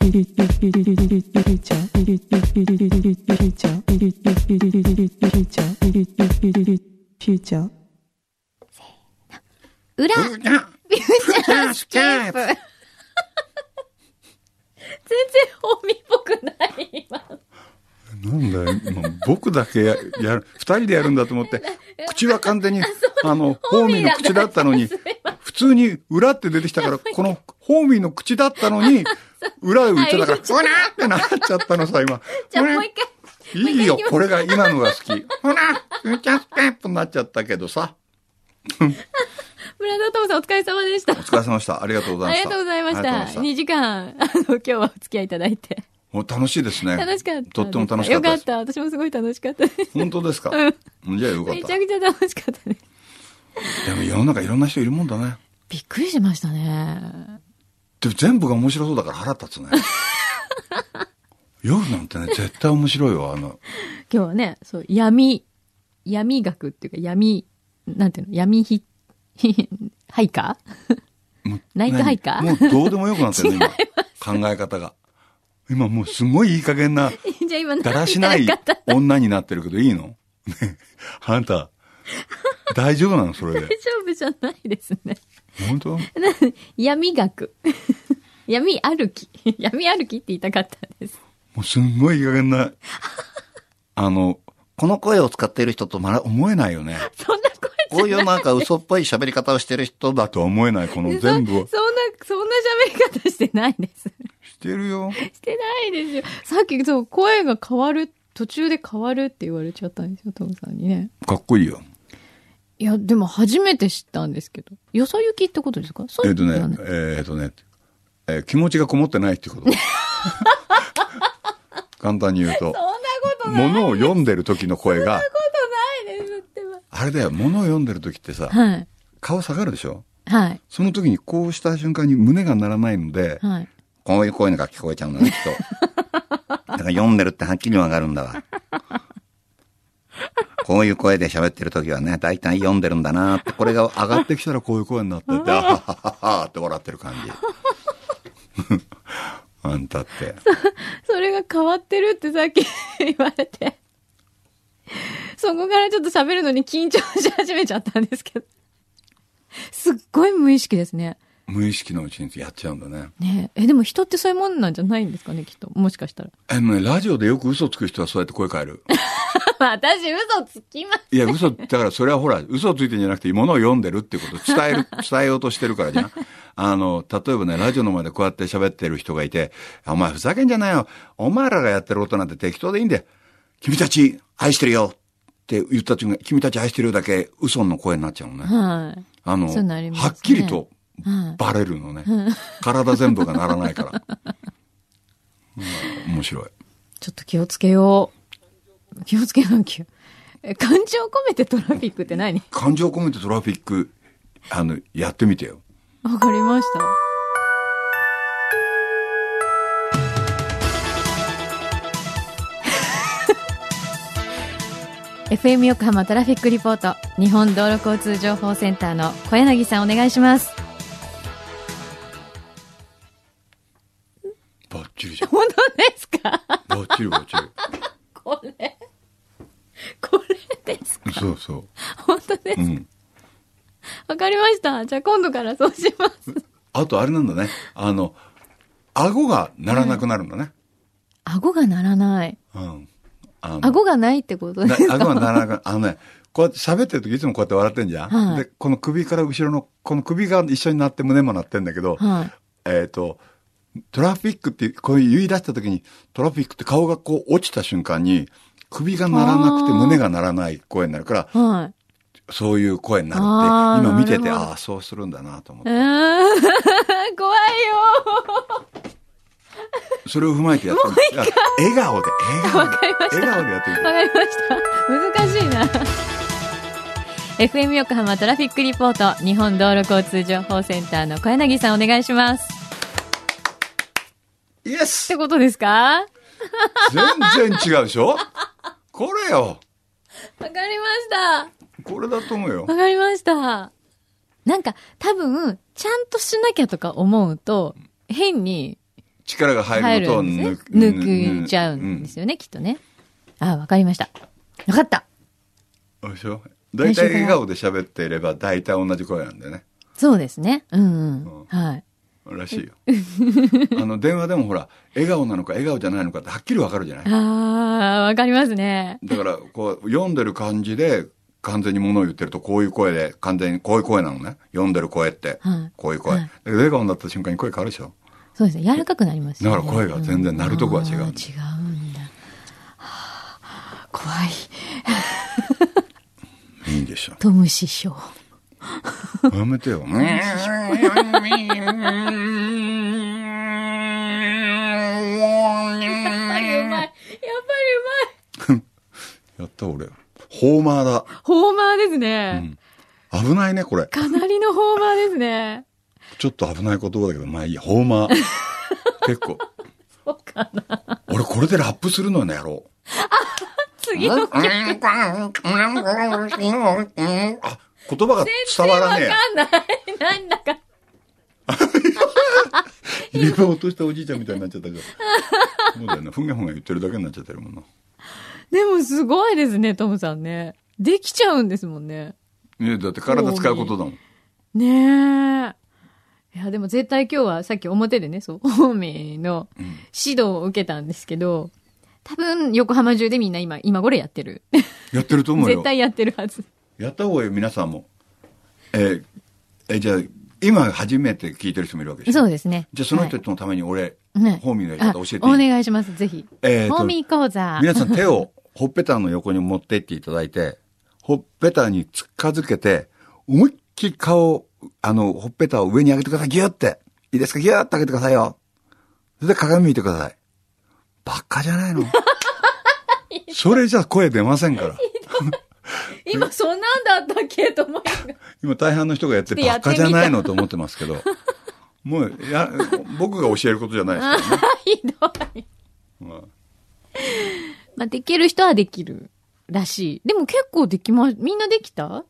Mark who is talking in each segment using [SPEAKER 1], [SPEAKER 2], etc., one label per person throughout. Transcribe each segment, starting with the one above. [SPEAKER 1] ピリピリピリピリピリちゃんピリピリピリピリピリちゃんピリピリピリピリピリちゃんピリピリピリピリピリちゃん
[SPEAKER 2] 裏、フューチャースケープ。全然 本見っぽくない、今。
[SPEAKER 3] なんだよ、もう僕だけややる、二人でやるんだと思って、口は完全に、あの、ホーミーの口だったのに、普通に裏って出てきたから、このホーミーの口だったのに、裏を言ってたから、ほなってなっちゃったのさ、今。
[SPEAKER 2] じゃあ
[SPEAKER 3] これ
[SPEAKER 2] もう一回。
[SPEAKER 3] いいよ、これが今のが好き。ほな、フューチャースケープになっちゃったけどさ。
[SPEAKER 2] 村田智さんお疲れ様でした。
[SPEAKER 3] お疲れ様でした。ありがとうござ
[SPEAKER 2] あ
[SPEAKER 3] い
[SPEAKER 2] り
[SPEAKER 3] まし
[SPEAKER 2] が
[SPEAKER 3] た。
[SPEAKER 2] とうございまし
[SPEAKER 3] ありがと
[SPEAKER 2] た。
[SPEAKER 3] うござい
[SPEAKER 2] 2時間、あの、今日はお付き合いいただいて。
[SPEAKER 3] もう楽しいですね。
[SPEAKER 2] 楽しかったです。
[SPEAKER 3] とっても楽しか
[SPEAKER 2] よ
[SPEAKER 3] ったで
[SPEAKER 2] かっ
[SPEAKER 3] す。
[SPEAKER 2] た。私もすごい楽しかったです。
[SPEAKER 3] 本当ですかじゃあよかっ
[SPEAKER 2] めち
[SPEAKER 3] た。
[SPEAKER 2] ゃ
[SPEAKER 3] で
[SPEAKER 2] くちゃ楽しかったです。
[SPEAKER 3] も世の中いろんな人いるもんだね。
[SPEAKER 2] びっくりしましたね。
[SPEAKER 3] でも全部が面白そうだから腹立 つね。夜なんてね、絶対面白いよ、あの、
[SPEAKER 2] 今日はね、そう、闇、闇学っていうか闇、なんていうの、闇ひ、 ひ、ハイカー
[SPEAKER 3] もう
[SPEAKER 2] ナイトハイカー
[SPEAKER 3] 何もうどうでもよくなってるね、今。考え方が。今もうすごいいい加減な、
[SPEAKER 2] じゃあ今何
[SPEAKER 3] だらしな
[SPEAKER 2] 言
[SPEAKER 3] い
[SPEAKER 2] いたかった
[SPEAKER 3] 女になってるけどいいのねあんた、大丈夫なのそれ
[SPEAKER 2] 大
[SPEAKER 3] で。
[SPEAKER 2] 丈夫じゃないですね。
[SPEAKER 3] 本当
[SPEAKER 2] 闇学。闇歩き。 闇歩きって言いたかったです。
[SPEAKER 3] もうすんごいいい加減な、あの、この声を使っている人とまだ思えないよ ね。
[SPEAKER 2] そんな声
[SPEAKER 3] こういうなんか嘘っぽい喋り方をしてる人だとは思えない、この
[SPEAKER 2] そそ
[SPEAKER 3] 全
[SPEAKER 2] んな
[SPEAKER 3] 部を。、
[SPEAKER 2] そんな喋り方してないです。
[SPEAKER 3] してるよ。
[SPEAKER 2] してないですよ。さっきそう、声が変わる、途中で変わるって言われちゃったんですよ、トムさんにね。
[SPEAKER 3] かっこいいよ。
[SPEAKER 2] いや、でも初めて知ったんですけど。よそ行きってことですかそう
[SPEAKER 3] え
[SPEAKER 2] い
[SPEAKER 3] っ、
[SPEAKER 2] う
[SPEAKER 3] と
[SPEAKER 2] の
[SPEAKER 3] ね
[SPEAKER 2] はない、
[SPEAKER 3] えっ、とね、えー気持ちがこもってな いってこと。簡単に言うと
[SPEAKER 2] そ、んなことない。
[SPEAKER 3] 物を読んでる時の声が、
[SPEAKER 2] ことないですってば。
[SPEAKER 3] あれだよ、物を読んでる時ってさ、
[SPEAKER 2] はい。
[SPEAKER 3] 顔下がるでしょ
[SPEAKER 2] はい。
[SPEAKER 3] その時にこうした瞬間に胸が鳴らないので、
[SPEAKER 2] はい。
[SPEAKER 3] こういう声が聞こえちゃうんだね、きっと。だから読んでるってはっきりわかるんだわ。こういう声で喋ってる時はね、大体読んでるんだなって、これが上がってきたらこういう声になってて、あははははって笑ってる感じ。あんたって。
[SPEAKER 2] それが変わってるってさっき言われて。そこからちょっと喋るのに緊張し始めちゃったんですけど。すっごい無意識ですね。
[SPEAKER 3] 無意識のうちにやっちゃうんだね。
[SPEAKER 2] ねえ。え、でも人ってそういうもんなんじゃないんですかね、きっと。もしかしたら。
[SPEAKER 3] え、でもね、ラジオでよく嘘つく人はそうやって声変える。
[SPEAKER 2] 私嘘つきます。
[SPEAKER 3] いや、嘘、だからそれはほら、嘘ついてんじゃなくて、ものを読んでるっていうこと、伝える、 伝えようとしてるからじゃん。あの、例えばね、ラジオの前でこうやって喋ってる人がいて、お前ふざけんじゃないよ。お前らがやってることなんて適当でいいんだよ。君たち、愛してるよ。って言った時に、君たち愛してるよだけ、嘘の声になっちゃうのね。
[SPEAKER 2] はい。
[SPEAKER 3] あの、
[SPEAKER 2] そうなりますね
[SPEAKER 3] はっきりと
[SPEAKER 2] はい。
[SPEAKER 3] バレるのね。体全部がならないから。うん面白い。
[SPEAKER 2] ちょっと気をつけよう。気をつけなきゃ。え感情を込めてトラフィックって何
[SPEAKER 3] 感情込めてトラフィック、あの、やってみてよ。
[SPEAKER 2] わかりました。FM 横浜トラフィックリポート日本道路交通情報センターの小柳さんお願いします
[SPEAKER 3] バッチリじゃん。
[SPEAKER 2] 本当ですか
[SPEAKER 3] バッチリバッチリ。
[SPEAKER 2] これこれです
[SPEAKER 3] そうそ
[SPEAKER 2] 本当です
[SPEAKER 3] う。うん。
[SPEAKER 2] わかりましたじゃあ今度からそうします
[SPEAKER 3] あとあれなんだね。あの、顎が鳴らなくなるんだね。
[SPEAKER 2] 顎が鳴らない
[SPEAKER 3] うん。あの
[SPEAKER 2] 顎がないってことで
[SPEAKER 3] な
[SPEAKER 2] すか
[SPEAKER 3] 顎が鳴らなくなる。あのね、こうやって喋ってる時いつもこうやって笑ってんじゃん。
[SPEAKER 2] はい
[SPEAKER 3] で、この首から後ろの、この首が一緒になって胸も鳴ってんだけど、
[SPEAKER 2] はい
[SPEAKER 3] えっ、と、トラフィックってこういう言い出した時に、トラフィックって顔がこう落ちた瞬間に、首が鳴らなくて
[SPEAKER 2] あー
[SPEAKER 3] 胸が鳴らない声になるから、
[SPEAKER 2] はい
[SPEAKER 3] そういう声になるって、
[SPEAKER 2] あー
[SPEAKER 3] 今見てて、
[SPEAKER 2] なるほど
[SPEAKER 3] ああ、そうするんだなと思って
[SPEAKER 2] うーん怖いよ
[SPEAKER 3] それを踏まえてやってみてあ笑顔で笑顔で笑顔でやってみて
[SPEAKER 2] わかりました。 難しいな。FM 横浜トラフィックリポート日本道路交通情報センターの小柳さんお願いします。っ
[SPEAKER 3] イエス
[SPEAKER 2] てことですかわか
[SPEAKER 3] 全然違うでしょこれよ
[SPEAKER 2] りました。わ
[SPEAKER 3] これだと思うよ
[SPEAKER 2] かりました。なんか多分、ちゃんとしなきゃとか思うと、変に
[SPEAKER 3] 力が入
[SPEAKER 2] 入
[SPEAKER 3] るこ
[SPEAKER 2] る
[SPEAKER 3] とを
[SPEAKER 2] ん
[SPEAKER 3] 抜
[SPEAKER 2] です
[SPEAKER 3] く
[SPEAKER 2] ね。抜いちゃうんです
[SPEAKER 3] よ、
[SPEAKER 2] よね、きっとね。あ、わかりました。わかった。
[SPEAKER 3] うんでしょ大体笑顔で喋っていれば大体同じ声なんだよね
[SPEAKER 2] そうですね。うん
[SPEAKER 3] う
[SPEAKER 2] うん。
[SPEAKER 3] ん
[SPEAKER 2] はい。
[SPEAKER 3] らしいよ あの電話でもほら笑顔なのか笑顔じゃないのかってはっきりわかるじゃない
[SPEAKER 2] あー、わかりますね。
[SPEAKER 3] だからこう読んでる感じで完全に物を言ってるとこういう声で完全にこういう声なのね読んでる声って、
[SPEAKER 2] はい
[SPEAKER 3] こういう声、
[SPEAKER 2] はい
[SPEAKER 3] だけど笑顔になった瞬間に声変わるでしょ
[SPEAKER 2] そうですね。柔らかくなりますよね。
[SPEAKER 3] だから声が全然鳴るとこは違うんだ
[SPEAKER 2] あー違うんだ。はあ怖い。
[SPEAKER 3] いいんでしょ
[SPEAKER 2] トム師匠。
[SPEAKER 3] やめてよ。
[SPEAKER 2] うまい。やっぱり
[SPEAKER 3] や
[SPEAKER 2] う
[SPEAKER 3] った俺。ホーマーだ
[SPEAKER 2] まい。。ホーマーですね。
[SPEAKER 3] 危ないね、これ。
[SPEAKER 2] かなりのホーマーですね。
[SPEAKER 3] ちょっと危ない言葉だけど、まあいいや、ホ ーマー。結構。
[SPEAKER 2] そうかな。
[SPEAKER 3] 俺これでラップするのね、やろう。
[SPEAKER 2] 次の曲。
[SPEAKER 3] あ、言葉が伝わらね
[SPEAKER 2] わかんない。 なんだか。
[SPEAKER 3] え。リバ落としたおじいちゃんみたいになっちゃったけど。そうだよね。ふんがふんが言ってるだけになっちゃってるもんな。
[SPEAKER 2] でもすごいですね、トムさんね。できちゃうんですもんね。
[SPEAKER 3] ねだって体使うことだもん。
[SPEAKER 2] ねえ。いや、でも絶対今日はさっき表でね、そう、ホーミーの指導を受けたんですけど、多分横浜中でみんな今、今頃やってる。
[SPEAKER 3] やってると思うよ。
[SPEAKER 2] 絶対やってるは ず。
[SPEAKER 3] やった方がいいよ皆さんもえーえーじゃあ今初めて聞いてる人もいるわけでしょ
[SPEAKER 2] そうですね。
[SPEAKER 3] じゃあその人
[SPEAKER 2] は
[SPEAKER 3] のために俺、
[SPEAKER 2] い、ね
[SPEAKER 3] ホーミーのやり方教えていい
[SPEAKER 2] あお願いします、ぜひ。
[SPEAKER 3] えーと
[SPEAKER 2] ホーミー講座。
[SPEAKER 3] 皆さん手をほっぺたの横に持ってっていただいてほっぺたに近づけて思いっきり顔あのほっぺたを上に上げてくださいギュッていいですかギュッて上げてくださいよそれで鏡見てくださいバカじゃな いのそれじゃ声出ませんから
[SPEAKER 2] 今そんなんだったっけと思いながら
[SPEAKER 3] 今大半の人がやって
[SPEAKER 2] でや
[SPEAKER 3] バ
[SPEAKER 2] ってみ
[SPEAKER 3] カ
[SPEAKER 2] た
[SPEAKER 3] じゃないのと思ってま すけど、もうや、僕が教えることじゃないですからね。
[SPEAKER 2] ひどい。
[SPEAKER 3] まあ
[SPEAKER 2] まあ、できる人はできるらしい。でも結構できま、みんなできた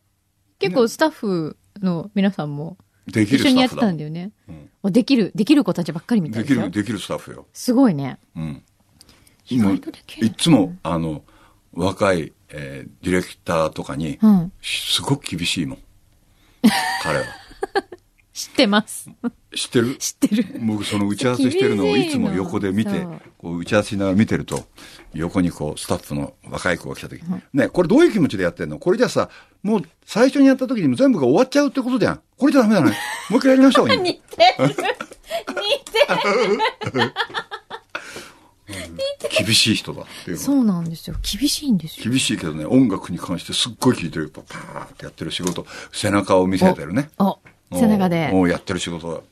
[SPEAKER 2] 結構スタッフの皆さんも
[SPEAKER 3] できる
[SPEAKER 2] 一緒
[SPEAKER 3] ス
[SPEAKER 2] に
[SPEAKER 3] タ
[SPEAKER 2] や
[SPEAKER 3] ッ
[SPEAKER 2] っ
[SPEAKER 3] フ
[SPEAKER 2] て
[SPEAKER 3] だも
[SPEAKER 2] た
[SPEAKER 3] ん
[SPEAKER 2] んだよね。
[SPEAKER 3] うん
[SPEAKER 2] おできる、できる子たちばっかりみたいで
[SPEAKER 3] でき
[SPEAKER 2] すよ
[SPEAKER 3] る、できるスタッフよ。
[SPEAKER 2] すごいね。
[SPEAKER 3] うん。
[SPEAKER 2] 意外
[SPEAKER 3] 今、
[SPEAKER 2] とできる
[SPEAKER 3] いつも、あの、若い、えーディレクターとかに
[SPEAKER 2] う、ん。
[SPEAKER 3] すごく厳しいもん。彼は。
[SPEAKER 2] 知ってます。
[SPEAKER 3] 知っ てる
[SPEAKER 2] 知ってる。
[SPEAKER 3] 僕その打ち合わせしてるのを
[SPEAKER 2] 厳しい
[SPEAKER 3] い
[SPEAKER 2] の
[SPEAKER 3] つも横で見て
[SPEAKER 2] そう
[SPEAKER 3] こう打ち合わせしながら見てると横にこうスタッフの若い子が来た時、ねこれどういう気持ちでやってんのこれじゃさもう最初にやった時にも全部が終わっちゃうってことじゃんこれじゃ ダメだねもう一回やり直した方がいい
[SPEAKER 2] 似てる。似てる。
[SPEAKER 3] 厳しい人だっていうの
[SPEAKER 2] そうなんですよ。厳しいんですよ。
[SPEAKER 3] 厳しいけどね音楽に関してすっごい聴いてるパパーってやってる仕事背中を見せてるね
[SPEAKER 2] あ、背中で
[SPEAKER 3] もう。もうやってる仕事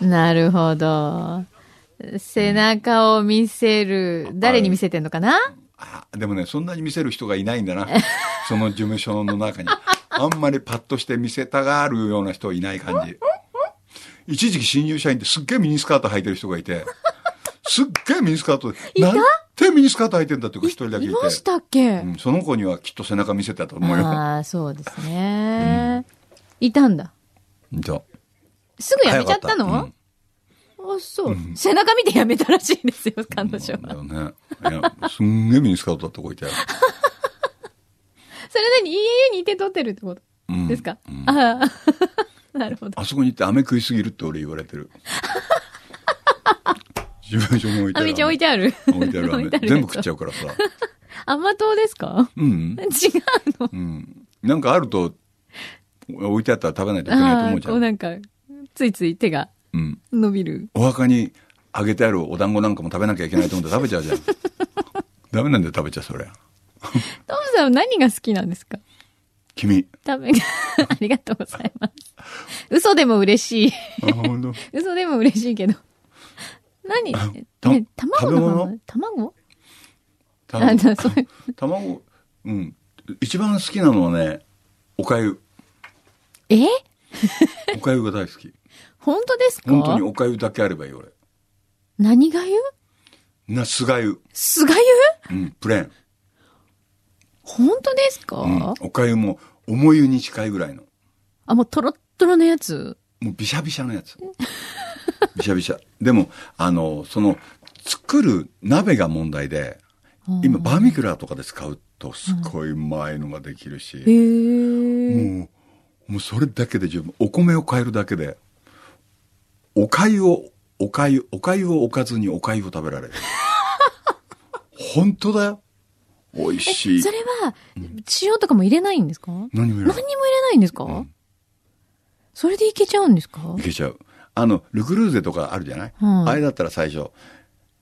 [SPEAKER 3] だ
[SPEAKER 2] なるほど。背中を見せる。誰に見せてんのかな
[SPEAKER 3] あでもね、そんなに見せる人がいないんだな。 その事務所の中に。あんまりパッとして見せたがるような人いない感じ。一時期新入社員ってすっげえミニスカート履いてる人がいて、すっげえミニスカートで、
[SPEAKER 2] いた
[SPEAKER 3] なんてミニスカート履いてんだっていうか一人だけい
[SPEAKER 2] い
[SPEAKER 3] て。
[SPEAKER 2] ましたっけ、
[SPEAKER 3] うん、その子にはきっと背中見せてたと思うよ。
[SPEAKER 2] ああ、そうですね、いたんだ。
[SPEAKER 3] じゃあ
[SPEAKER 2] すぐ辞めちゃった
[SPEAKER 3] 早か
[SPEAKER 2] のあ、
[SPEAKER 3] っ
[SPEAKER 2] そう、背中見て辞めたらしいんですよ、彼女
[SPEAKER 3] たうん
[SPEAKER 2] は。
[SPEAKER 3] だよね。いや、すんげえミニスカートだった子いて。
[SPEAKER 2] それなに ?EAU にいて撮ってるってこと
[SPEAKER 3] うん
[SPEAKER 2] ですか、ああ、 なるほど。
[SPEAKER 3] あそこに行って飴食いすぎるって俺言われて る。事務所に置いて
[SPEAKER 2] あ
[SPEAKER 3] ある。
[SPEAKER 2] みちゃん置いてある。
[SPEAKER 3] 置いてあ る飴。全部食っちゃうからさ。
[SPEAKER 2] う。甘党ですか
[SPEAKER 3] う
[SPEAKER 2] 違。
[SPEAKER 3] ん
[SPEAKER 2] うの。
[SPEAKER 3] うん。なんかあると、置いてあったら食べないといけないと
[SPEAKER 2] あ
[SPEAKER 3] 思う
[SPEAKER 2] あ、
[SPEAKER 3] じゃ。
[SPEAKER 2] こうんなんか、ついつい手が
[SPEAKER 3] うん。
[SPEAKER 2] 伸びる。
[SPEAKER 3] お墓にあげてあるお団子なんかも食べなきゃいけないと思って食べちゃうじゃん。 ダメなんだよ、食べちゃう、そりゃ。
[SPEAKER 2] トムさんは何が好きなんですか
[SPEAKER 3] 君。
[SPEAKER 2] 多分、ありが とうございます。嘘でも嬉しい。
[SPEAKER 3] あ、ほんと。
[SPEAKER 2] 嘘でも嬉しいけど。何
[SPEAKER 3] た
[SPEAKER 2] ね卵の
[SPEAKER 3] 食べ
[SPEAKER 2] 話卵
[SPEAKER 3] た
[SPEAKER 2] あじゃあそういう
[SPEAKER 3] 卵、うん。一番好きなのはね、おかゆ。
[SPEAKER 2] え
[SPEAKER 3] おかゆが大好き。
[SPEAKER 2] 本当ですか
[SPEAKER 3] 本当におかゆだけあればいい俺。
[SPEAKER 2] 何が言う
[SPEAKER 3] な、すがゆ。
[SPEAKER 2] すがゆ
[SPEAKER 3] うん、プレーン。
[SPEAKER 2] 本当ですか、
[SPEAKER 3] うん、おかゆも、重湯に近いぐらいの。
[SPEAKER 2] あ、もうトロットロのやつ
[SPEAKER 3] もうびしゃびしゃのやつ。びしゃびしゃ。でも、あの、その、作る鍋が問題で、今、バーミキュラーとかで使うと、すごいうまいのができる
[SPEAKER 2] へ
[SPEAKER 3] し、
[SPEAKER 2] え。
[SPEAKER 3] もう、もうそれだけで十分。お米を変えるだけで、お粥を、お粥、お粥をおかずにお粥を食べら れる。本当だよ。美味しい
[SPEAKER 2] そ。れは、塩とかも入れないんですか何に
[SPEAKER 3] 何もい
[SPEAKER 2] も入
[SPEAKER 3] らな
[SPEAKER 2] れ
[SPEAKER 3] い。
[SPEAKER 2] ないんですか、それでいけちゃうんですか
[SPEAKER 3] いけちゃう。あの、ルクルーゼとかあるじゃない、
[SPEAKER 2] うん
[SPEAKER 3] あれだったら最初、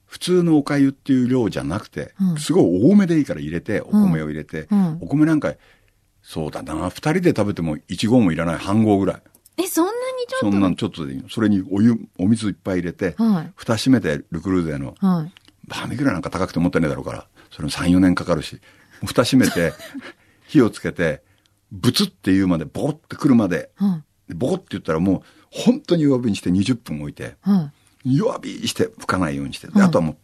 [SPEAKER 3] 普通のおかゆっていう量じゃなくて、
[SPEAKER 2] うん
[SPEAKER 3] すごい多めでいいから入れて、お米を入れて、
[SPEAKER 2] うん
[SPEAKER 3] お米なんか、そうだな、二人で食べても一合もいらない、半合ぐらい。
[SPEAKER 2] え、そんなにちょ
[SPEAKER 3] そ
[SPEAKER 2] っ
[SPEAKER 3] ん
[SPEAKER 2] と
[SPEAKER 3] なんちょっとでいいの。それにお湯、お水いっぱい入れて、
[SPEAKER 2] はい
[SPEAKER 3] 蓋閉めてルクルーゼの、
[SPEAKER 2] はい。
[SPEAKER 3] バーミキュラなんか高くて持ってねえだろうから、それも3、4年かかるし、蓋閉め て、火をつけて、ブツって言うまで、ボコってくるまで、
[SPEAKER 2] は
[SPEAKER 3] でボコって言ったらもう、本当に弱火にして20分置いて、
[SPEAKER 2] い。はい。
[SPEAKER 3] 弱火にして吹かないようにして、で
[SPEAKER 2] うん
[SPEAKER 3] あとはもう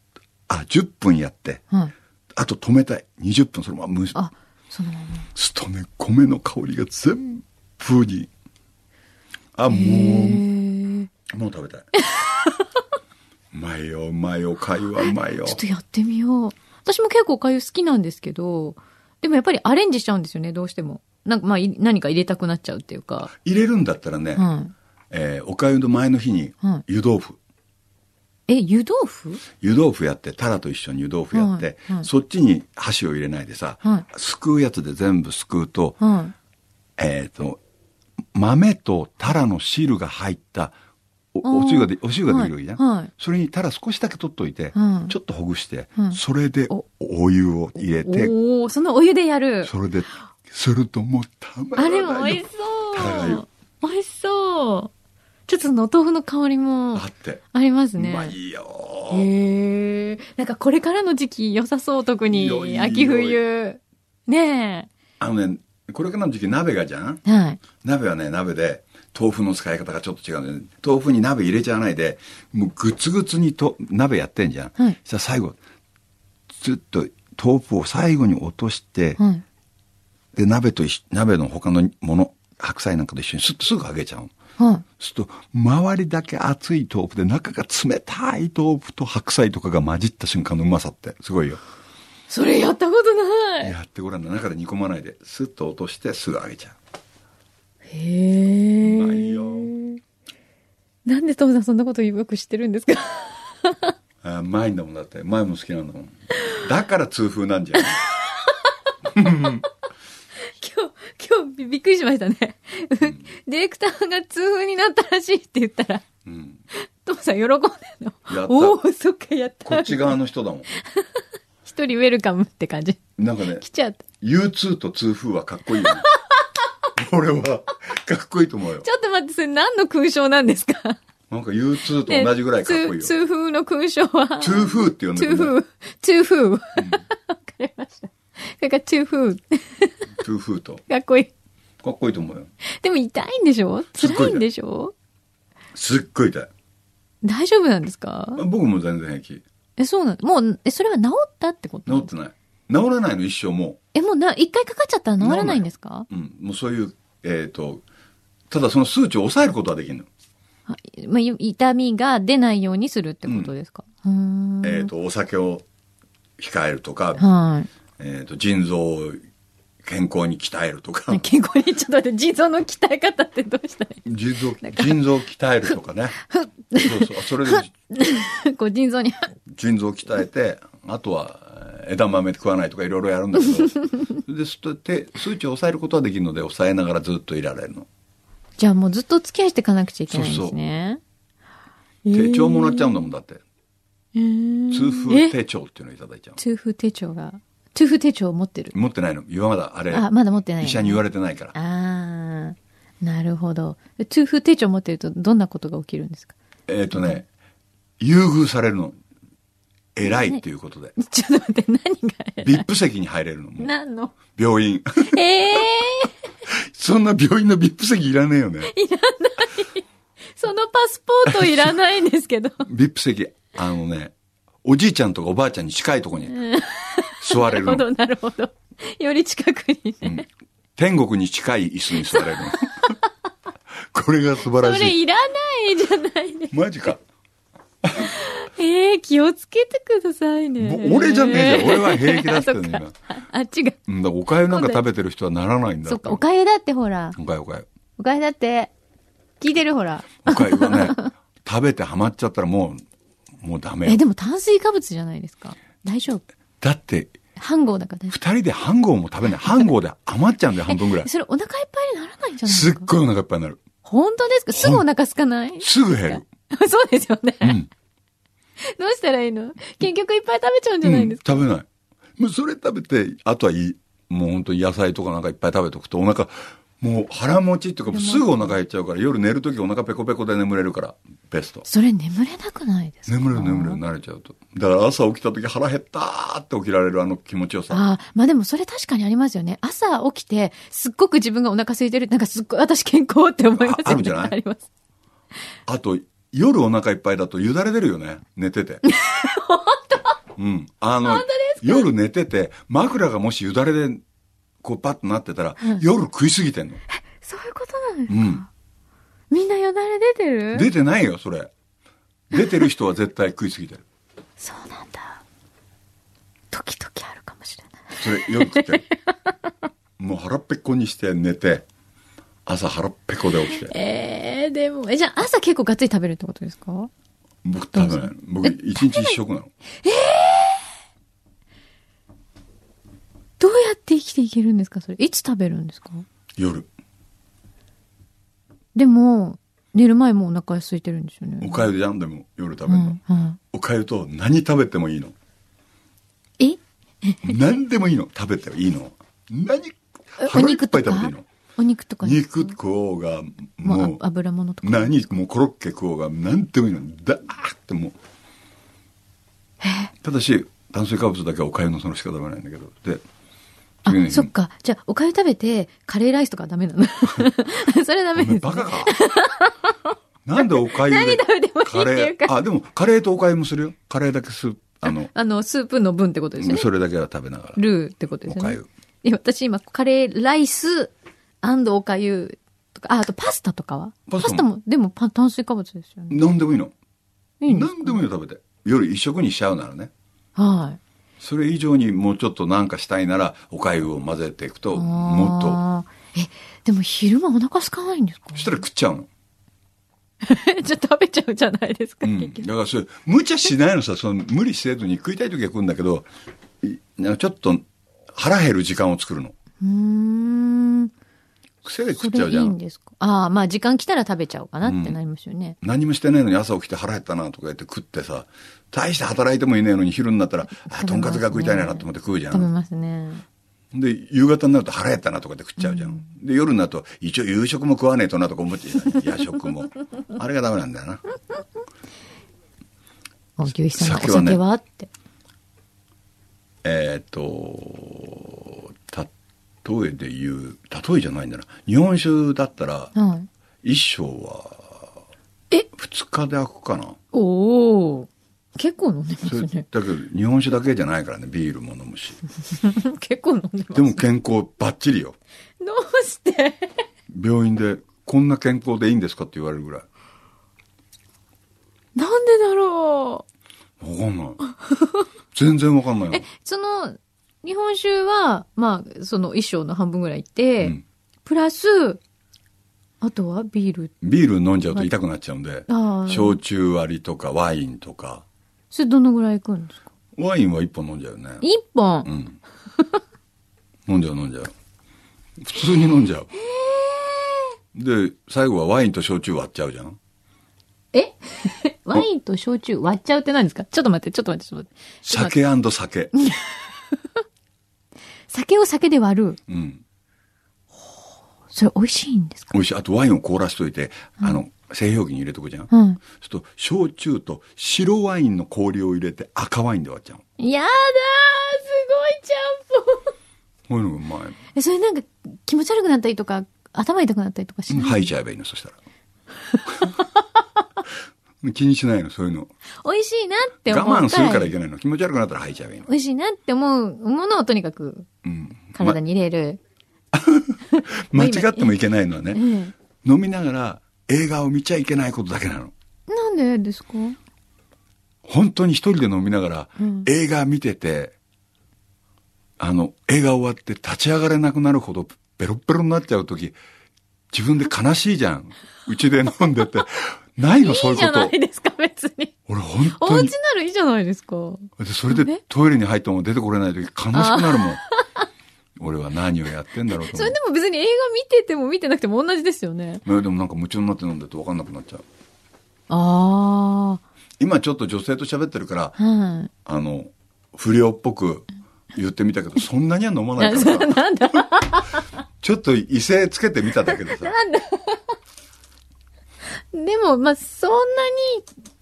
[SPEAKER 3] あ10分やって
[SPEAKER 2] はい。
[SPEAKER 3] あと止めたい20分そのまま蒸し
[SPEAKER 2] あ、そのまま。
[SPEAKER 3] すとね米の香りが全部にあも
[SPEAKER 2] へえ。
[SPEAKER 3] うもう食べたい うまいようまいよかゆはうまいよ
[SPEAKER 2] ちょっとやってみよう。私も結構おかゆ好きなんですけど、でもやっぱりアレンジしちゃうんですよね、どうしても。なんかまあ、い何か入れたくなっちゃうっていうか。
[SPEAKER 3] 入れるんだったらね、
[SPEAKER 2] は
[SPEAKER 3] えーおかゆの前の日に
[SPEAKER 2] うん
[SPEAKER 3] 湯豆腐、
[SPEAKER 2] い。え、湯豆腐
[SPEAKER 3] 湯豆腐やってタラと一緒に湯豆腐やって、
[SPEAKER 2] はいはい
[SPEAKER 3] そっちに箸を入れないでさ、
[SPEAKER 2] は
[SPEAKER 3] すくうやつで全部すくうと、
[SPEAKER 2] はい。
[SPEAKER 3] えっ、と、豆とタラの汁が入ったお、
[SPEAKER 2] あー
[SPEAKER 3] おつゆがで、お汁ができるわけじゃん。
[SPEAKER 2] はいはい
[SPEAKER 3] それにタラ少しだけ取っといて、
[SPEAKER 2] うん
[SPEAKER 3] ちょっとほぐして、
[SPEAKER 2] うん
[SPEAKER 3] それで
[SPEAKER 2] お
[SPEAKER 3] お湯を入れて、
[SPEAKER 2] おおそのお湯でやる。
[SPEAKER 3] それで、するともうたま
[SPEAKER 2] あ、で
[SPEAKER 3] ら
[SPEAKER 2] も
[SPEAKER 3] ない
[SPEAKER 2] 美味し
[SPEAKER 3] よ。タラが
[SPEAKER 2] そ
[SPEAKER 3] よ
[SPEAKER 2] う。美味しそう。ちょっとそのお豆腐の香りも
[SPEAKER 3] あって、
[SPEAKER 2] あります
[SPEAKER 3] う
[SPEAKER 2] ね。
[SPEAKER 3] まいよ、
[SPEAKER 2] へえ。なんかこれからの時期良さそう、特
[SPEAKER 3] 良い
[SPEAKER 2] に。秋冬。ね
[SPEAKER 3] あのね、これからの時期鍋がじゃん
[SPEAKER 2] え。はい。
[SPEAKER 3] 鍋はね、鍋で、豆腐の使い方がちょっと違うんだよね。豆腐に鍋入れちゃわないで、もうグツグツにと鍋やってんじゃん。
[SPEAKER 2] はい
[SPEAKER 3] さあ最後、ずっと豆腐を最後に落として、
[SPEAKER 2] はい。
[SPEAKER 3] で、鍋と一緒鍋の他のもの、白菜なんかと一緒にすっとすぐ揚げちゃうの。
[SPEAKER 2] はい。
[SPEAKER 3] すると、周りだけ熱い豆腐で、中が冷たい豆腐と白菜とかが混じった瞬間のうまさって、すごいよ。
[SPEAKER 2] それやったことない。
[SPEAKER 3] やってごらんな中で煮込まないで、スッと落としてすぐ揚げちゃう。
[SPEAKER 2] へえ。
[SPEAKER 3] うまいよ
[SPEAKER 2] なんでトムさんそんなことよく知ってるんですか
[SPEAKER 3] あうまいんだもんだって前も好きなんだもんだから痛風なんじ ゃん
[SPEAKER 2] 今日、今日びびっくりしましたね。ディレクターが痛風になったらしいって言ったら、
[SPEAKER 3] うん、
[SPEAKER 2] トムさん喜んでんの。
[SPEAKER 3] やった
[SPEAKER 2] おお、そっか、やった。
[SPEAKER 3] こっち側の人だもん
[SPEAKER 2] 一人ウェルカムって感じ。
[SPEAKER 3] なんかね
[SPEAKER 2] 来ちゃった。
[SPEAKER 3] U2 と痛風はかっこいいよね俺はかっこいいと思うよ
[SPEAKER 2] ちょっと待って、それ何の勲章なんですか
[SPEAKER 3] なんか U2
[SPEAKER 2] ね
[SPEAKER 3] と 同じぐらいかっこいいよ
[SPEAKER 2] 痛痛風の勲章は。
[SPEAKER 3] 痛風って呼んで
[SPEAKER 2] 痛
[SPEAKER 3] るね
[SPEAKER 2] 風。痛風。わかりました。それから痛風。
[SPEAKER 3] 痛風と
[SPEAKER 2] かっこいい。
[SPEAKER 3] かっこいいと思うよ
[SPEAKER 2] でも痛いんでしょ
[SPEAKER 3] すっごい痛い
[SPEAKER 2] 辛いんでしょ
[SPEAKER 3] すっごい痛い
[SPEAKER 2] 大丈夫なんですか
[SPEAKER 3] 僕も全然平気
[SPEAKER 2] え、そうなのもう、え、それは治ったってこと
[SPEAKER 3] 治ってない治らないの一生も
[SPEAKER 2] え、もうな、一回かかっちゃったら治らないんですか
[SPEAKER 3] う,、うん、もうそういうえっ、とただその数値を抑えることはできるの、
[SPEAKER 2] あいまあ、い痛みが出ないようにするってことですか、うーん、
[SPEAKER 3] えっ、とお酒を控えるとか
[SPEAKER 2] はい。
[SPEAKER 3] えー、と腎臓を健康に鍛えると か
[SPEAKER 2] ね健康に、ちょっと待って、腎臓の鍛え方ってどうしたらい
[SPEAKER 3] 腎臓腎臓を鍛えるとかねそうそうそれで
[SPEAKER 2] い こう、腎臓に、
[SPEAKER 3] 腎臓を鍛えてあとはえー枝豆食わないとかいろいろやるんだ けどでそうやって数値を抑えることはできるので抑えながらずっといられるの
[SPEAKER 2] じゃあもうずっとお付き合いしていかなくちゃいけないんですね。
[SPEAKER 3] 手帳もらっちゃうんだもんだって
[SPEAKER 2] えー
[SPEAKER 3] 痛風手帳っていうのをいただいちゃう
[SPEAKER 2] 痛風手帳が、痛風手帳を持ってる。
[SPEAKER 3] 持ってないの今まだあれ
[SPEAKER 2] あ、まだ持ってない、
[SPEAKER 3] 医者に言わ
[SPEAKER 2] れ
[SPEAKER 3] れてないから、
[SPEAKER 2] ああ、なるほど。痛風手帳持ってるとどんなことが起きるんですか
[SPEAKER 3] えっ、とね優遇されるの。偉いっていうことで。
[SPEAKER 2] ちょっと待って、何が、
[SPEAKER 3] ビップ席に入れるの。もう
[SPEAKER 2] 何の
[SPEAKER 3] 病院。
[SPEAKER 2] ええ
[SPEAKER 3] そんな 病院のビップ席いらねえよね。
[SPEAKER 2] そのパスポートいら ないんですけど。
[SPEAKER 3] ビップ席、あのね、おじいちゃんとかおばあちゃんに近いと こに座
[SPEAKER 2] な
[SPEAKER 3] れ
[SPEAKER 2] る
[SPEAKER 3] る
[SPEAKER 2] ほ
[SPEAKER 3] の。
[SPEAKER 2] ど、 なるほど。より近くにね。
[SPEAKER 3] 天国に近い椅子に座 れるの。これが素晴ら
[SPEAKER 2] それ
[SPEAKER 3] しい。
[SPEAKER 2] いらないじゃないね。
[SPEAKER 3] マジか。
[SPEAKER 2] ええ気をつけてくださいね。
[SPEAKER 3] ぼ俺じゃねえじゃん。俺は平気だったのに
[SPEAKER 2] あ そ
[SPEAKER 3] 今
[SPEAKER 2] っ。かあ、違う。
[SPEAKER 3] うんだからおかゆなんか食べてる人はならないんだ
[SPEAKER 2] そっ
[SPEAKER 3] って
[SPEAKER 2] か、おかゆだってほら。
[SPEAKER 3] おかゆおかゆ。
[SPEAKER 2] おかゆだって、聞いてるほら。
[SPEAKER 3] おかゆは ね、食べてハマっちゃったらもう、もうダメ
[SPEAKER 2] え、
[SPEAKER 3] よ。
[SPEAKER 2] でも炭水化物じゃないですか。大丈夫。
[SPEAKER 3] だって、
[SPEAKER 2] 飯盒だから大丈
[SPEAKER 3] 二人で半合も食べない。半合で余っちゃうんだよ、半分ぐら い
[SPEAKER 2] 夫。。それお腹いっぱいにならないんじゃないです
[SPEAKER 3] すっ
[SPEAKER 2] か
[SPEAKER 3] ごいお腹いっぱいになる。
[SPEAKER 2] 本当ですかすぐお腹空かない
[SPEAKER 3] すぐ減る。
[SPEAKER 2] そうですよね。
[SPEAKER 3] うん。
[SPEAKER 2] どうしたらいいの結局いっぱい食べちゃうんじゃないんですか、
[SPEAKER 3] うん、食べないもうそれ食べてあとはいいもう本当に野菜とかなんかいっぱい食べとくとお腹もう腹持ちっていうかもうすぐお腹減っちゃうから夜寝る時お腹ペコペコで眠れるからベスト
[SPEAKER 2] それ眠れなくないですか
[SPEAKER 3] 眠れる眠れる慣れちゃうとだから朝起きた時腹減ったーって起きられるあの気持ちよさ
[SPEAKER 2] ああ、まあでもそれ確かにありますよね。朝起きて、すっごく自分がお腹空いてる。なんかすっごい私健康って思いますよね。
[SPEAKER 3] ああるんじゃない
[SPEAKER 2] あります。
[SPEAKER 3] あと夜お腹いっぱいだとゆだれ出るよね寝てて 本当うんあの夜寝てて枕がもしゆだれでこうパッとなってたら、夜食いすぎてんの
[SPEAKER 2] そういうことなのよ。
[SPEAKER 3] うん
[SPEAKER 2] みんなよだれ出てる
[SPEAKER 3] 出てないよそれ出てる人は絶対食いすぎてる
[SPEAKER 2] そうなんだ。時々あるかもしれない。
[SPEAKER 3] それよく食ってるもう腹ペコにして寝て朝腹ペコで起きて
[SPEAKER 2] ええでも、え、じゃあ朝結構ガッツリ食べるってことですか
[SPEAKER 3] 僕食べないの僕一日一食なの
[SPEAKER 2] どうやって生きていけるんですかそれ。いつ食べるんですか
[SPEAKER 3] 夜
[SPEAKER 2] でも、寝る前もうお腹空いてるんですよね。
[SPEAKER 3] おかゆじゃんでも夜食べ
[SPEAKER 2] う
[SPEAKER 3] るの、
[SPEAKER 2] ん、うん。
[SPEAKER 3] おかゆと何食べてもいいの
[SPEAKER 2] え
[SPEAKER 3] 何でもいいの食べていいの何
[SPEAKER 2] お
[SPEAKER 3] 腹いっ
[SPEAKER 2] 肉
[SPEAKER 3] ぱ
[SPEAKER 2] と
[SPEAKER 3] い食べ
[SPEAKER 2] か
[SPEAKER 3] ていいの
[SPEAKER 2] お肉とかですか
[SPEAKER 3] 肉食おうが
[SPEAKER 2] も
[SPEAKER 3] も
[SPEAKER 2] う
[SPEAKER 3] う
[SPEAKER 2] あ油物とか。
[SPEAKER 3] 何もうコロッケ食おうが何でもいいのだーってもうただし炭水化物だけはおかゆのそのしか食べないんだけど で
[SPEAKER 2] あ
[SPEAKER 3] 次の、日
[SPEAKER 2] そっか。じゃあ、おかゆ食べて、カレーライスとかダメな のそれダ
[SPEAKER 3] お
[SPEAKER 2] メ
[SPEAKER 3] 前
[SPEAKER 2] です。
[SPEAKER 3] バカかなんでおかゆ
[SPEAKER 2] 何
[SPEAKER 3] で
[SPEAKER 2] 食べてもいいって
[SPEAKER 3] カレ
[SPEAKER 2] いう
[SPEAKER 3] ー
[SPEAKER 2] か、
[SPEAKER 3] あでもカレーとおかゆもするよカレーだけすあの
[SPEAKER 2] あの、スープの分ってことですよね。
[SPEAKER 3] それだけは食べながら
[SPEAKER 2] ルーってことですよね。
[SPEAKER 3] おかゆ
[SPEAKER 2] いや私今、カレーライスおかゆとか、あ、あとパスタとかは
[SPEAKER 3] パ
[SPEAKER 2] パス
[SPEAKER 3] スタも
[SPEAKER 2] タも、でもパ炭水化物ですよね。
[SPEAKER 3] 何でもいいの
[SPEAKER 2] いいんですか
[SPEAKER 3] 何でもいいの食べて夜一食にしちゃうならね
[SPEAKER 2] はい。
[SPEAKER 3] それ以上にもうちょっとなんかしたいならおかゆを混ぜていくともっと
[SPEAKER 2] あーえ、でも昼間お腹空かないんですか
[SPEAKER 3] そしたら食っちゃうの
[SPEAKER 2] じゃあ食べちゃうじゃないですか、
[SPEAKER 3] う
[SPEAKER 2] 結
[SPEAKER 3] ん、
[SPEAKER 2] 局
[SPEAKER 3] だからそれ無茶しないのさその無理せずに食いたい時は食うんだけどいなんかちょっと腹減る時間を作るの
[SPEAKER 2] うーん。
[SPEAKER 3] 癖で食
[SPEAKER 2] そ
[SPEAKER 3] っちゃ
[SPEAKER 2] れ
[SPEAKER 3] う
[SPEAKER 2] い
[SPEAKER 3] じゃ
[SPEAKER 2] い
[SPEAKER 3] ん
[SPEAKER 2] んですかああ、まあ時間来たら食べちゃおうかなってなりますよね。
[SPEAKER 3] 何もしてないのに朝起きて腹減ったなとか言って食ってさ大して働いてもいねえのに昼になったら、あとんかつが食いたいなと思って食うじゃ
[SPEAKER 2] 食べ
[SPEAKER 3] ん
[SPEAKER 2] ますね。
[SPEAKER 3] で夕方になると腹減ったなとか言って食っちゃうじゃん、で夜になると一応夕食も食わねえとなとか思って夜食もあれがダメなんだよな
[SPEAKER 2] お牛肥さんがお
[SPEAKER 3] 酒はね
[SPEAKER 2] 酒はって。
[SPEAKER 3] えっ、と例えで言う例えじゃないんだな日本酒だったら
[SPEAKER 2] はい。
[SPEAKER 3] 一升は
[SPEAKER 2] え
[SPEAKER 3] 2日で開くかな
[SPEAKER 2] おお。結構飲んでま
[SPEAKER 3] そ
[SPEAKER 2] す
[SPEAKER 3] れだ
[SPEAKER 2] ね。
[SPEAKER 3] けど日本酒だけじゃないからねビールも飲むし
[SPEAKER 2] 結構飲んでます。
[SPEAKER 3] でも健康バッチリよ
[SPEAKER 2] どうして
[SPEAKER 3] 病院でこんな健康でいいんですかって言われるぐらい
[SPEAKER 2] なんでだろう。
[SPEAKER 3] 分かんない全然分かんないよ
[SPEAKER 2] え、その、日本酒は、まあ、その衣装の半分ぐらいいって、
[SPEAKER 3] うん
[SPEAKER 2] プラス、あとはビール。
[SPEAKER 3] ビール飲んじゃうと痛くなっちゃうんで
[SPEAKER 2] ああ。
[SPEAKER 3] 焼酎割りとかワインとか
[SPEAKER 2] それどのぐらいいくんですか
[SPEAKER 3] ワインは一本飲んじゃうよね
[SPEAKER 2] 一本、
[SPEAKER 3] うん。飲んじゃう飲んじゃう。普通に飲んじゃう。で、最後はワインと焼酎割っちゃうじゃん。
[SPEAKER 2] え ワインと焼酎割っちゃうって何ですかちょっと待って、ちょっと待って、ちょっと待って。ちょっと待って
[SPEAKER 3] 酒酒。
[SPEAKER 2] 酒を酒で割る。
[SPEAKER 3] うん。
[SPEAKER 2] それ美味しいんですか
[SPEAKER 3] 美味しい。あとワインを凍らしといて、あの、製氷機に入れとくじゃん。
[SPEAKER 2] うん。
[SPEAKER 3] ちょっと焼酎と白ワインの氷を入れて赤ワインで割っちゃうの
[SPEAKER 2] やだーすごいちゃんぽん
[SPEAKER 3] こういうのうまい
[SPEAKER 2] え、それなんか気持ち悪くなったりとか、頭痛くなったりとかし
[SPEAKER 3] うん
[SPEAKER 2] ない、
[SPEAKER 3] 吐いちゃえばいいのそしたら 気にしないのそういうの
[SPEAKER 2] 美味しいなって思う
[SPEAKER 3] 我慢するからい
[SPEAKER 2] い
[SPEAKER 3] けないの気持ち悪くなったら吐いちゃえばいいの、
[SPEAKER 2] 美味しいなって思うものをとにかく
[SPEAKER 3] うん、
[SPEAKER 2] 体に入れる。
[SPEAKER 3] ま間違ってもいけないのは
[SPEAKER 2] う
[SPEAKER 3] ね
[SPEAKER 2] ん。
[SPEAKER 3] 飲みながら映画を見ちゃいけないことだけなの
[SPEAKER 2] なんでですか
[SPEAKER 3] 本当に一人で飲みながら、
[SPEAKER 2] うん
[SPEAKER 3] 映画見ててあの映画終わって立ち上がれなくなるほどベロッベロになっちゃう時自分で悲しいじゃんうちで飲んでてないのそう
[SPEAKER 2] い
[SPEAKER 3] い
[SPEAKER 2] いじゃ
[SPEAKER 3] うこ
[SPEAKER 2] な
[SPEAKER 3] と
[SPEAKER 2] いですか、別に。
[SPEAKER 3] 俺本
[SPEAKER 2] お
[SPEAKER 3] 当
[SPEAKER 2] 家
[SPEAKER 3] に
[SPEAKER 2] ならいいじゃないですか。
[SPEAKER 3] でそれでトイレに入っても出てこれない時悲しくなるもん俺は何をやってんだろうと
[SPEAKER 2] そ
[SPEAKER 3] 思
[SPEAKER 2] れ
[SPEAKER 3] う
[SPEAKER 2] でも別に映画見てても見てなくても同じですよね。
[SPEAKER 3] いやでもなんか夢中になって飲んでると分かんなくなっちゃう
[SPEAKER 2] あ
[SPEAKER 3] 今ちょっと女性と喋ってるから
[SPEAKER 2] あ。はい。
[SPEAKER 3] あの不良っぽく言ってみたけどそんなには飲まないから さ
[SPEAKER 2] なんだ
[SPEAKER 3] ちょっと異性つけてみただけでさ。
[SPEAKER 2] でも、まあ、そんな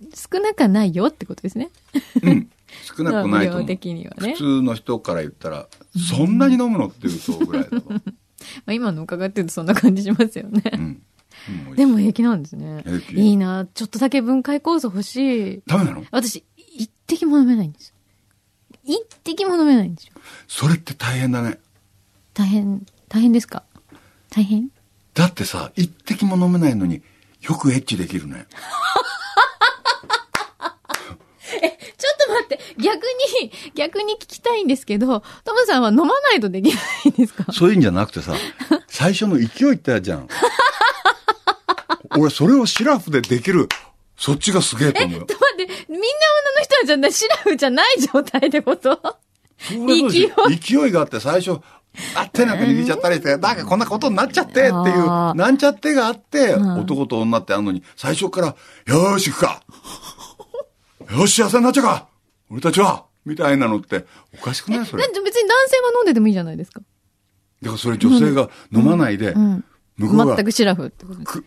[SPEAKER 2] に少なくはないよってことですね。
[SPEAKER 3] うん。少なくないと思
[SPEAKER 2] 量
[SPEAKER 3] う。
[SPEAKER 2] 的にはね
[SPEAKER 3] 普通の人から言ったら、そんなに飲むのっていうそうぐらいだわ。
[SPEAKER 2] まあ、今の伺ってるとそんな感じしますよね。
[SPEAKER 3] うん。うん
[SPEAKER 2] でも平気なんですね
[SPEAKER 3] 平。気
[SPEAKER 2] いいな。ちょっとだけ分解酵素欲しい。
[SPEAKER 3] ダメなの
[SPEAKER 2] 私、一滴も飲めないんですよ。一滴も飲めないんですよ。
[SPEAKER 3] それって大変だね。
[SPEAKER 2] 大変、大変ですか大変
[SPEAKER 3] だってさ、一滴も飲めないのによくエッチできるね。
[SPEAKER 2] ちょっと待って、逆に、逆に聞きたいんですけど、トムさんは飲まないとできないんですか
[SPEAKER 3] そういうんじゃなくてさ、最初の勢いってある じゃん。俺、それをシラフでできる、そっちがすげえと思うよ
[SPEAKER 2] ちょ。っと待って、みんな女の人はじゃない、シラフじゃない状態ってこと
[SPEAKER 3] それどうしよう勢いがあって最初、あ手なんか握っちゃったりして、なんかこんなことになっちゃってっていう、
[SPEAKER 2] あー
[SPEAKER 3] なんちゃってがあって、
[SPEAKER 2] ん
[SPEAKER 3] 男と女ってあんのに、最初から、よーし行くかよし、幸せになっちゃうか俺たちはみたいなのって、おかしくないそれ。
[SPEAKER 2] な
[SPEAKER 3] だ
[SPEAKER 2] ん
[SPEAKER 3] か
[SPEAKER 2] で別に男性は飲んでてもいいじゃないですか。
[SPEAKER 3] らそれ女性が飲まないで、
[SPEAKER 2] うん。
[SPEAKER 3] 向こうが
[SPEAKER 2] 全、くシラフってことです。
[SPEAKER 3] く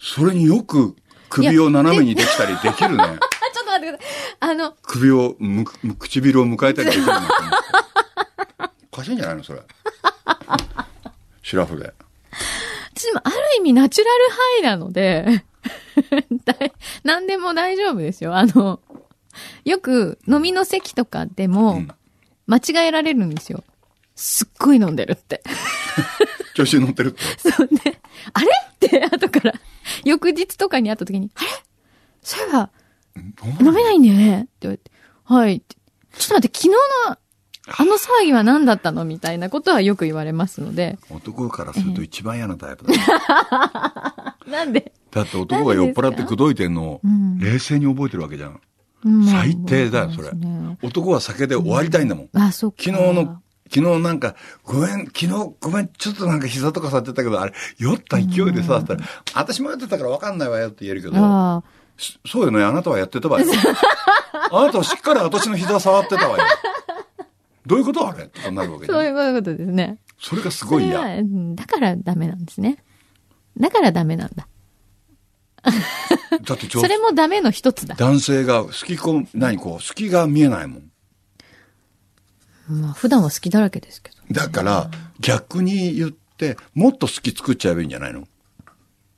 [SPEAKER 3] それによく首を斜めにできたりできるね。
[SPEAKER 2] あ、ちょっと待ってください。あの、
[SPEAKER 3] 首をむく、む唇を迎えたりできるなんて思って おかしいんじゃないのそれ。シラフで。
[SPEAKER 2] 私もある意味ナチュラルハイなので、 大何でも大丈夫ですよ。あの、よく飲みの席とかで
[SPEAKER 3] う
[SPEAKER 2] も
[SPEAKER 3] ん、
[SPEAKER 2] 間違えられるんですよ。すっごい飲んでるって。
[SPEAKER 3] 調子に乗ってるって。
[SPEAKER 2] そうね。あれって、後から、翌日とかに会った時に、あれそういえば、飲めないんだよねって言われて、はいって。ちょっと待って、昨日のあの騒ぎは何だったのみたいなことはよく言われますの で。
[SPEAKER 3] 男からすると一番嫌なタイプだよ。
[SPEAKER 2] なんで、
[SPEAKER 3] だって男が酔っ払って口説いてんのを
[SPEAKER 2] うん
[SPEAKER 3] 冷静に覚えてるわけじゃん。
[SPEAKER 2] うん
[SPEAKER 3] 最低だよそ
[SPEAKER 2] そ
[SPEAKER 3] れ
[SPEAKER 2] うですね
[SPEAKER 3] 男は酒で終わりたいんだもん。
[SPEAKER 2] あ、そっか。
[SPEAKER 3] 昨日の、昨日なんか、ごめん、昨日ごめん、ちょっとなんか膝とか触っちゃったけど、あれ、酔った勢いでさ、って言ったら、私も酔ってたからわかんないわよって言えるけど、
[SPEAKER 2] ああ。
[SPEAKER 3] そそうよね、あなたはやって たわよ。あなたはしっかり私の膝触ってたわよ。どういうことあれとかなるわけじゃ。
[SPEAKER 2] そうんいうことですね。
[SPEAKER 3] それがす
[SPEAKER 2] そ
[SPEAKER 3] ごい
[SPEAKER 2] れ
[SPEAKER 3] 嫌。
[SPEAKER 2] は、うんだからダメなんですね。だからダメなんだ。
[SPEAKER 3] だってちょ
[SPEAKER 2] それもダメの一つだ。
[SPEAKER 3] 男性が好きこ、何こう、隙が見えないもん。
[SPEAKER 2] まあ、普段は好きだらけですけど。
[SPEAKER 3] だから、逆に言って、もっと好き作っちゃえばいいんじゃないの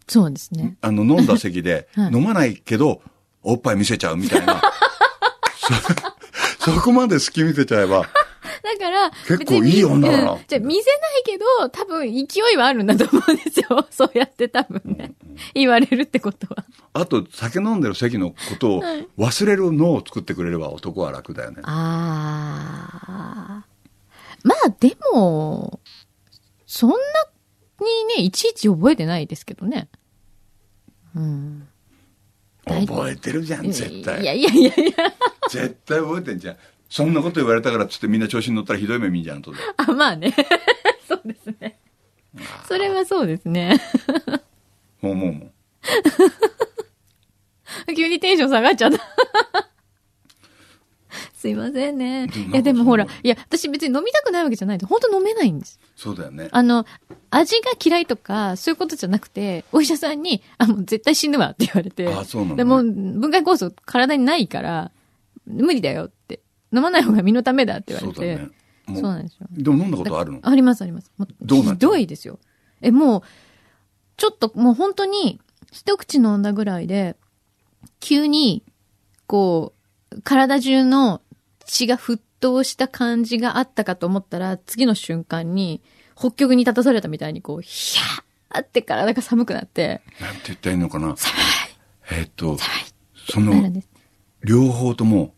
[SPEAKER 2] そうですね。
[SPEAKER 3] あの、飲んだ席で、
[SPEAKER 2] はい
[SPEAKER 3] 飲まないけど、おっぱい見せちゃうみた いな。そ、そこまで好き見せちゃえば、
[SPEAKER 2] だから、
[SPEAKER 3] 結構いい女だな
[SPEAKER 2] 別にうんじゃあ見せないけど、多分勢いはあるんだと思うんですよ。 そうやって多分ね。言われるってことは。
[SPEAKER 3] あと、酒飲んでる席のことを忘れる脳を作ってくれれば男は楽だよね。
[SPEAKER 2] ああ。まあでも、そんなにね、いちいち覚えてないですけどね。うん。大
[SPEAKER 3] 覚えてるじゃん、絶
[SPEAKER 2] いや
[SPEAKER 3] 対。
[SPEAKER 2] いやいやいや。
[SPEAKER 3] 絶対覚えてんじゃん。そんなこと言われたからっつってみんな調子に乗ったらひどい目見んじゃん、とで。
[SPEAKER 2] あ、まあね。 そうですね。それはそうですね。
[SPEAKER 3] もうもうもう。
[SPEAKER 2] 急にテンション下がっちゃった。 すいませんね。
[SPEAKER 3] でもなん
[SPEAKER 2] い
[SPEAKER 3] か
[SPEAKER 2] や、でもほら
[SPEAKER 3] その、
[SPEAKER 2] いや、私別に飲みたくないわけじゃないんで、本当飲めないんです。
[SPEAKER 3] そうだよね。
[SPEAKER 2] あの、味が嫌いとか、そういうことじゃなくて、お医者さんに、あ、もう絶対死ぬわって言われて。
[SPEAKER 3] あそうなんだ
[SPEAKER 2] でも、分解酵素体にないから、無理だよって。飲まない方が身のためだって言わ
[SPEAKER 3] そう
[SPEAKER 2] れ
[SPEAKER 3] だ
[SPEAKER 2] て。
[SPEAKER 3] ね。
[SPEAKER 2] そ
[SPEAKER 3] も
[SPEAKER 2] う
[SPEAKER 3] う
[SPEAKER 2] なんですよ。
[SPEAKER 3] でも飲んだことあるの
[SPEAKER 2] ありますあります。も
[SPEAKER 3] どうなっ
[SPEAKER 2] ひ
[SPEAKER 3] たの
[SPEAKER 2] どいですよ。え、もう、ちょっともう本当に、一口飲んだぐらいで、急に、こう、体中の血が沸騰した感じがあったかと思ったら、次の瞬間に、北極に立たされたみたいに、こう、ひゃーって体が寒くなって、
[SPEAKER 3] なんて言ったらいいのかな
[SPEAKER 2] 寒
[SPEAKER 3] えーっと
[SPEAKER 2] い、寒いっ
[SPEAKER 3] そ
[SPEAKER 2] てなる
[SPEAKER 3] の
[SPEAKER 2] んです。
[SPEAKER 3] 両方とも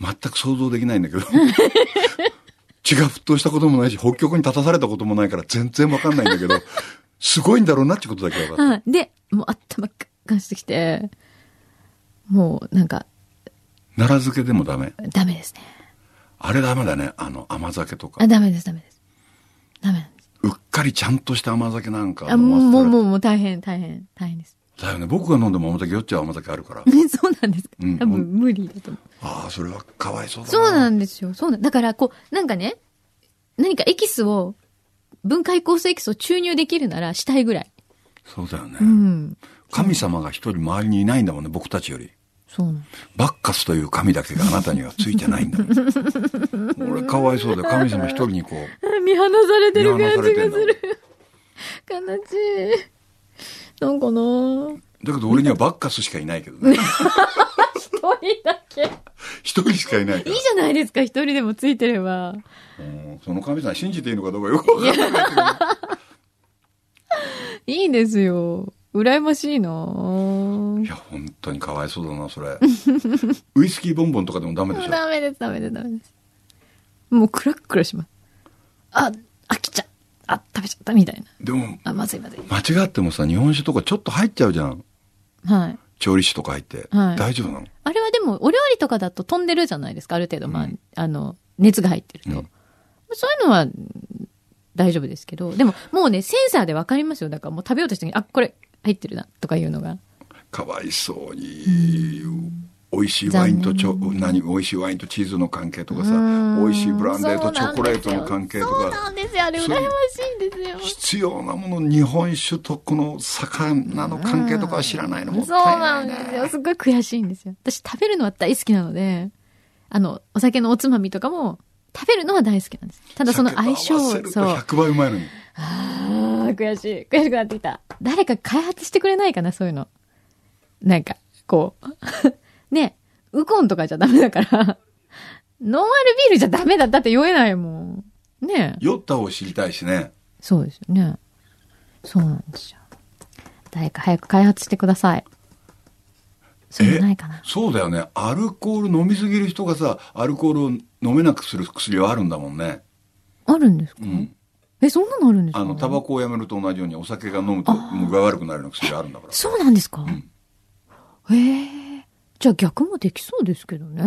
[SPEAKER 3] 全く想像できないんだけど 血が沸騰したこともないし北極に立たされたこともないから全然わかんないんだけどすごいんだろうなってことだけ分かった。
[SPEAKER 2] はい。で、もう頭がっかんしてきて、もうなんか、
[SPEAKER 3] 奈良漬けでもダメ
[SPEAKER 2] ダメですね。
[SPEAKER 3] あれダメだねあの甘酒とか
[SPEAKER 2] あ、ダメです、ダメです。ダメなんです。
[SPEAKER 3] うっかりちゃんとした甘酒なんか
[SPEAKER 2] あ、もう、もう、も
[SPEAKER 3] う
[SPEAKER 2] う、もう大変、大変、大変です。
[SPEAKER 3] だよね僕が飲んでも甘酒酔っちゃう甘酒あるから
[SPEAKER 2] ね、そうなんですか。
[SPEAKER 3] うん
[SPEAKER 2] 多分、無理だと思
[SPEAKER 3] ああそれはかわいそう
[SPEAKER 2] う。
[SPEAKER 3] だ
[SPEAKER 2] そうなんんですよ。そうなんだから、こう、なんかね、何かエキスを、分解酵素エキスを注入できるならしたいぐらい。
[SPEAKER 3] そうだよね、
[SPEAKER 2] うん。
[SPEAKER 3] 神様が一人周りにいないんだもんね僕たちより
[SPEAKER 2] そうなんです。
[SPEAKER 3] バッカスという神だけがあなたにはついてない んだもん俺かわいそうだよ神様一人にこう
[SPEAKER 2] あ見放されてる感じがする。悲しい。なんかなぁ
[SPEAKER 3] だけど俺にはバッカスしかいないけどね。
[SPEAKER 2] 一人だけ。いい
[SPEAKER 3] 一人しかいないから
[SPEAKER 2] じ。ゃないですか、一人でもついてれば。
[SPEAKER 3] うんその神さん信じていいのかどうかよくわかんない けど。
[SPEAKER 2] いいですよ。羨ましいないぁ
[SPEAKER 3] や、本当にかわいそうだな、それ。ウイスキーボンボンとかでもダメでしょ。
[SPEAKER 2] ダメです、ダメです、ダメです。もうクラックラします。あ、飽きちゃあ、食べちゃったみたいな。
[SPEAKER 3] でも、
[SPEAKER 2] あ、まずいまずい。
[SPEAKER 3] 間違ってもさ、日本酒とかちょっと入っちゃうじゃん。
[SPEAKER 2] はい。
[SPEAKER 3] 調理酒とか入って。
[SPEAKER 2] はい
[SPEAKER 3] 大丈夫なの
[SPEAKER 2] あれはでも、お料理とかだと飛んでるじゃないですか、ある程度。まあ、
[SPEAKER 3] うん
[SPEAKER 2] あの、熱が入ってると。
[SPEAKER 3] うん
[SPEAKER 2] そういうのは、大丈夫ですけど、でも、もうね、センサーでわかりますよ。だからもう食べようとした時に、あ、これ、入ってるな、とかいうのが。
[SPEAKER 3] かわいそうに。美味しいワインとチョ、何、美味しいワインとチーズの関係とかさ、
[SPEAKER 2] うん
[SPEAKER 3] 美味しいブランデーとチョコレートの関係と
[SPEAKER 2] そう
[SPEAKER 3] か、
[SPEAKER 2] なんですよ。あれ、羨
[SPEAKER 3] そ
[SPEAKER 2] ま
[SPEAKER 3] う
[SPEAKER 2] しいんですよ。
[SPEAKER 3] 必要なもの、日本酒とこの魚の関係とかは知らないのもっ
[SPEAKER 2] そ
[SPEAKER 3] た
[SPEAKER 2] う
[SPEAKER 3] い
[SPEAKER 2] ない
[SPEAKER 3] な
[SPEAKER 2] ん
[SPEAKER 3] ね
[SPEAKER 2] ですよ。すっごい悔しいんですよ。私食べるのは大好きなので、あの、お酒のおつまみとかも食べるのは大好きなんです。ただその相性
[SPEAKER 3] 酒
[SPEAKER 2] を、
[SPEAKER 3] と
[SPEAKER 2] そ
[SPEAKER 3] 合
[SPEAKER 2] う。
[SPEAKER 3] わせる
[SPEAKER 2] あ
[SPEAKER 3] と100倍うまいのに。
[SPEAKER 2] あ、悔しい。悔しくなってきた。誰か開発してくれないかな、そういうの。なんか、こう。 ね、ウコンとかじゃダメだから、ノンアルビールじゃダメだったって酔えないもん。ねえ
[SPEAKER 3] 酔った方を知りたいしね。
[SPEAKER 2] そうですよね。そうなんですよ。誰か早く開発してください。そういうのないかな。
[SPEAKER 3] そうだよね。アルコール飲みすぎる人がさ、アルコールを飲めなくする薬はあるんだもんね。
[SPEAKER 2] あるんですか、
[SPEAKER 3] うん。
[SPEAKER 2] え、そんなのあるんですか
[SPEAKER 3] あの、タバコをやめると同じようにお酒が飲むともう具合悪くなるような薬あるんだから。
[SPEAKER 2] そうなんですか、
[SPEAKER 3] ん
[SPEAKER 2] へえじゃあ逆もできそうですけどね。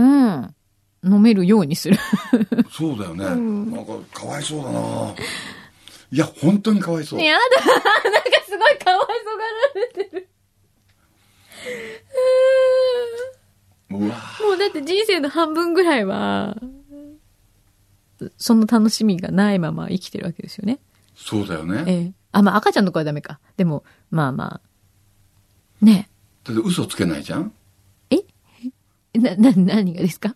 [SPEAKER 2] 飲めるようにす る。
[SPEAKER 3] そうだよね。なんか、かわいそうだな。いや、本当にかわいそう。
[SPEAKER 2] やだなんかすごいかわいそうがられてる。
[SPEAKER 3] うわ
[SPEAKER 2] もうだって人生の半分ぐらいは、その楽しみがないまま生きてるわけですよね。
[SPEAKER 3] そうだよね。
[SPEAKER 2] ええ。あ、まあ赤ちゃんの子はダメか。でも、まあまあ。ね
[SPEAKER 3] だって嘘つけないじゃん
[SPEAKER 2] え。な、な、何がですか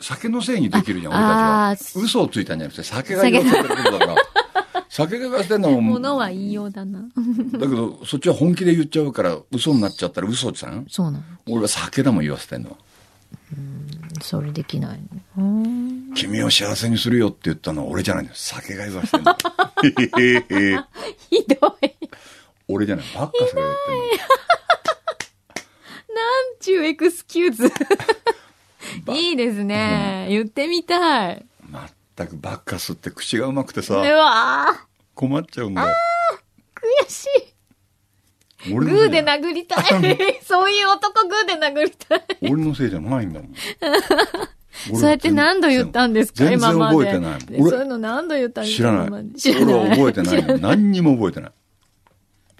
[SPEAKER 3] 酒のせいにできるじゃん、
[SPEAKER 2] あ
[SPEAKER 3] 俺
[SPEAKER 2] あ
[SPEAKER 3] たち
[SPEAKER 2] ー
[SPEAKER 3] は。嘘をついたんじゃなくて、酒が言わせてることだから。酒が言わせてんだもん。
[SPEAKER 2] ものは言いようだな。
[SPEAKER 3] だけど、そっちは本気で言っちゃうから、嘘になっちゃったら嘘じゃん
[SPEAKER 2] そうなの。
[SPEAKER 3] 俺は酒だもん言わせてんの。
[SPEAKER 2] それできないの。
[SPEAKER 3] 君を幸せにするよって言ったのは俺じゃないんだよ。酒が言わせてんの。へへへへ
[SPEAKER 2] ひどい。
[SPEAKER 3] 俺じゃない。ばっかそれ言
[SPEAKER 2] なんちゅうエクスキューズ。
[SPEAKER 3] ってんの。
[SPEAKER 2] いいですね。言ってみたい。
[SPEAKER 3] ば全くばっかすって口がうまくて
[SPEAKER 2] う
[SPEAKER 3] さ、
[SPEAKER 2] わー
[SPEAKER 3] 困っちゃうんだよ。
[SPEAKER 2] 悔しい。
[SPEAKER 3] 俺
[SPEAKER 2] グ
[SPEAKER 3] のせ
[SPEAKER 2] ー
[SPEAKER 3] いじ
[SPEAKER 2] で
[SPEAKER 3] ゃない。
[SPEAKER 2] 殴りた い。そういう男グーで殴りたい。
[SPEAKER 3] 俺のせいじゃないんだもん。俺は
[SPEAKER 2] そうやって何度言ったんですか
[SPEAKER 3] 全然
[SPEAKER 2] 今まで。
[SPEAKER 3] 覚えてないもん俺
[SPEAKER 2] そういうの何度言ったんです
[SPEAKER 3] 知
[SPEAKER 2] から今
[SPEAKER 3] な
[SPEAKER 2] ま
[SPEAKER 3] い
[SPEAKER 2] で。知らない。
[SPEAKER 3] 俺は覚えてない
[SPEAKER 2] 知ら
[SPEAKER 3] の。何にも覚えてない。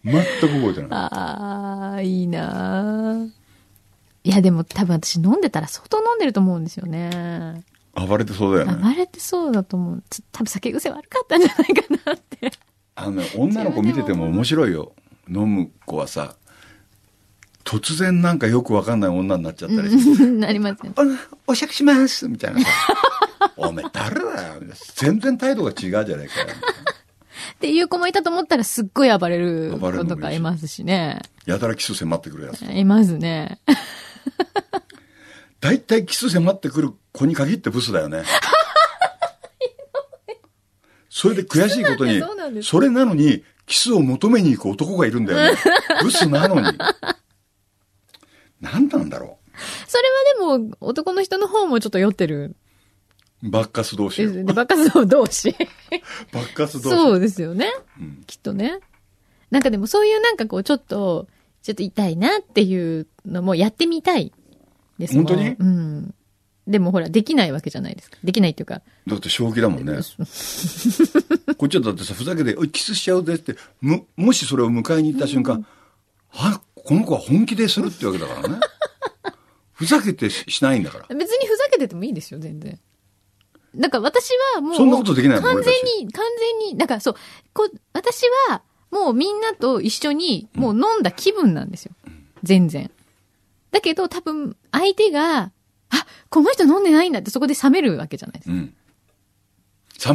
[SPEAKER 3] 全く覚えてない。
[SPEAKER 2] ああ、いいなーいや、でも多分私飲んでたら相当飲んでると思うんですよね。
[SPEAKER 3] 暴れてそうだよね。
[SPEAKER 2] 暴れてそうだと思う。つ多分酒癖悪かったんじゃないかなって。
[SPEAKER 3] あのね、女の子見てても面白いよ。飲む子はさ、突然なんかよくわかんない女になっちゃったりして、
[SPEAKER 2] なりますよね。
[SPEAKER 3] おお酌しますみたいなさ。 おめえ誰だよ全然態度が違うじゃないかよ。
[SPEAKER 2] っていう子もいたと思ったらすっごい暴れる
[SPEAKER 3] 暴れ
[SPEAKER 2] 子
[SPEAKER 3] るのもいるし
[SPEAKER 2] とかいますしね。
[SPEAKER 3] やたらキス迫ってくるやつ。
[SPEAKER 2] いますね。
[SPEAKER 3] 大体キス迫ってくる子に限ってブスだ よね。それで悔しいこと
[SPEAKER 2] キスなん
[SPEAKER 3] に
[SPEAKER 2] てそうなんで、す
[SPEAKER 3] それなのに、キスを求めに行く男がいるん だよね。ブスなのに。何なんだろ
[SPEAKER 2] それはでも男の人の方もちょっと酔ってる
[SPEAKER 3] う。バッカス同士
[SPEAKER 2] で
[SPEAKER 3] よ。
[SPEAKER 2] すね。バカそう同 士。
[SPEAKER 3] バッカス同士。
[SPEAKER 2] そうですよね。
[SPEAKER 3] うん
[SPEAKER 2] きっとね。なんかでもそういうなんかこうちょっと、ちょっと痛いなっていうのもやってみたいですもん
[SPEAKER 3] 本当に
[SPEAKER 2] うん。でもほら、できないわけじゃないですか。できないっていうか。
[SPEAKER 3] だって正気だもんね。こっちはだってさ、ふざけて、おいキスしちゃうぜって、む、もしそれを迎えに行った瞬間、あ、この子は本気でするってわけだか らね。ふざけてししないんだから。
[SPEAKER 2] 別にふざけててもいいですよ、全然。なんか私はもう。
[SPEAKER 3] そんなことできないもん
[SPEAKER 2] 完
[SPEAKER 3] 俺たち
[SPEAKER 2] 全に、完全に、なんかそう、こう私はもうみんなと一緒にもう飲んだ気分なんですよ。全然。だけど多分相手が、あ、この人飲んでないんだってそこで冷めるわけじゃないです
[SPEAKER 3] う
[SPEAKER 2] か。
[SPEAKER 3] ん。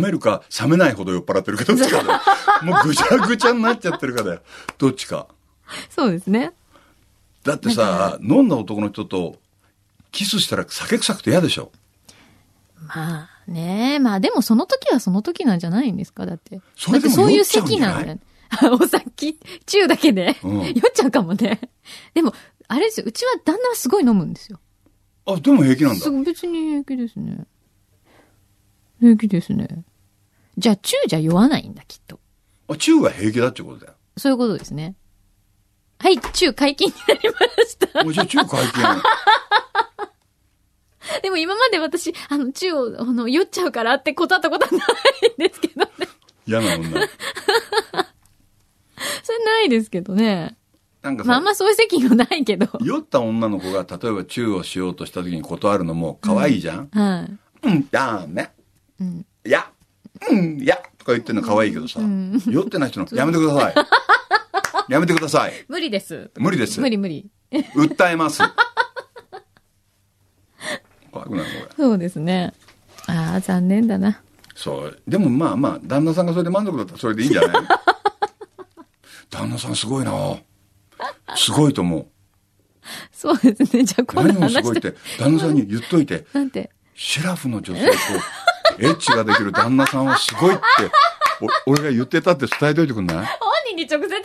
[SPEAKER 3] 冷めるか、冷めないほど酔っ払ってるかどっち かだよ。もうぐちゃぐちゃになっちゃってるかだよ。どっちか。
[SPEAKER 2] そうですね。
[SPEAKER 3] だってさ、飲んだ男の人と、キスしたら酒臭くて嫌でしょ。
[SPEAKER 2] まあねまあでもその時はその時なんじゃないんですかだって。
[SPEAKER 3] それでも
[SPEAKER 2] だってそうい
[SPEAKER 3] 酔
[SPEAKER 2] う
[SPEAKER 3] っちゃうんじ
[SPEAKER 2] 席
[SPEAKER 3] ゃない
[SPEAKER 2] なんだよ。 お酒、中だけで、
[SPEAKER 3] うん
[SPEAKER 2] 酔っちゃうかもね。 でも、あれですよ、うちは旦那はすごい飲むんですよ。
[SPEAKER 3] あ、でも平気なんだ
[SPEAKER 2] す。別に平気ですね。平気ですね。じゃあ中じゃ酔わないんだ、きっと。
[SPEAKER 3] あ、チューが平気だってことだよ。
[SPEAKER 2] そういうことですね。はい、中解禁になりました。
[SPEAKER 3] おじゃあチュー解禁。
[SPEAKER 2] でも今まで私、あの、中を、あの、酔っちゃうからってことあったことはないんですけどね。
[SPEAKER 3] 嫌な女。
[SPEAKER 2] それないですけどね。
[SPEAKER 3] なんかさ、
[SPEAKER 2] まあ、あんまそういう席もないけど。
[SPEAKER 3] 酔った女の子が例えばチューをしようとした時に断るのも可愛いじゃん、
[SPEAKER 2] はい。
[SPEAKER 3] うん、ダメ。
[SPEAKER 2] うん。
[SPEAKER 3] いや、うん、いや、とか言ってるの可愛いけどさ、
[SPEAKER 2] うん
[SPEAKER 3] 酔ってない人の、やめてください。 やめてください。
[SPEAKER 2] 無理です。
[SPEAKER 3] 無理です。
[SPEAKER 2] 無理無理。
[SPEAKER 3] 訴えます。怖くなる、これ。
[SPEAKER 2] そうですね。ああ、残念だな。
[SPEAKER 3] そう。でもまあまあ、旦那さんがそれで満足だったらそれでいいんじゃ ない旦那さんすごいなすごいと思う。
[SPEAKER 2] そうですね。じゃあ今
[SPEAKER 3] 何
[SPEAKER 2] 度
[SPEAKER 3] も
[SPEAKER 2] 話
[SPEAKER 3] すごい
[SPEAKER 2] し
[SPEAKER 3] ってて。、旦那さんに言っといて。
[SPEAKER 2] なんて。
[SPEAKER 3] シェラフの女性とエッチができる旦那さんはすごいって、お俺が言ってたって伝えといてくんない
[SPEAKER 2] 本人に直接言ってくださ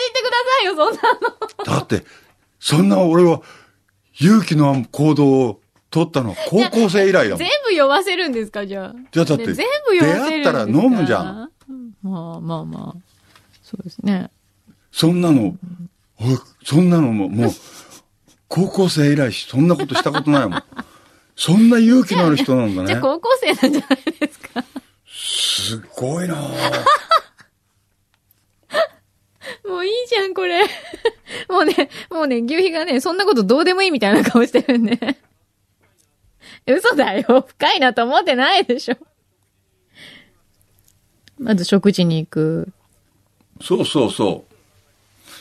[SPEAKER 2] いよ、そんなの。
[SPEAKER 3] だって、そんな俺は勇気の行動を取ったのは高校生以来だもん
[SPEAKER 2] 全。部酔わせるんですか、じゃあ。
[SPEAKER 3] じゃあだって
[SPEAKER 2] ね全部酔わせるんですか。
[SPEAKER 3] 出会ったら飲むじゃん
[SPEAKER 2] うん。まあまあまあ。そうですね。
[SPEAKER 3] そんなの、おいそんなのももう、高校生以来しそんなことしたことないもん。そんな勇気のある人なんだ
[SPEAKER 2] じゃあ
[SPEAKER 3] ね。
[SPEAKER 2] 高校生なんじゃないですか。
[SPEAKER 3] すごいなぁ
[SPEAKER 2] もういいじゃん、これ。 もうね、もうね、牛皮がね、そんなことどうでもいいみたいな顔してるんで。 嘘だよ。深いなと思ってないでしょ。まず食事に行く。
[SPEAKER 3] そうそうそう。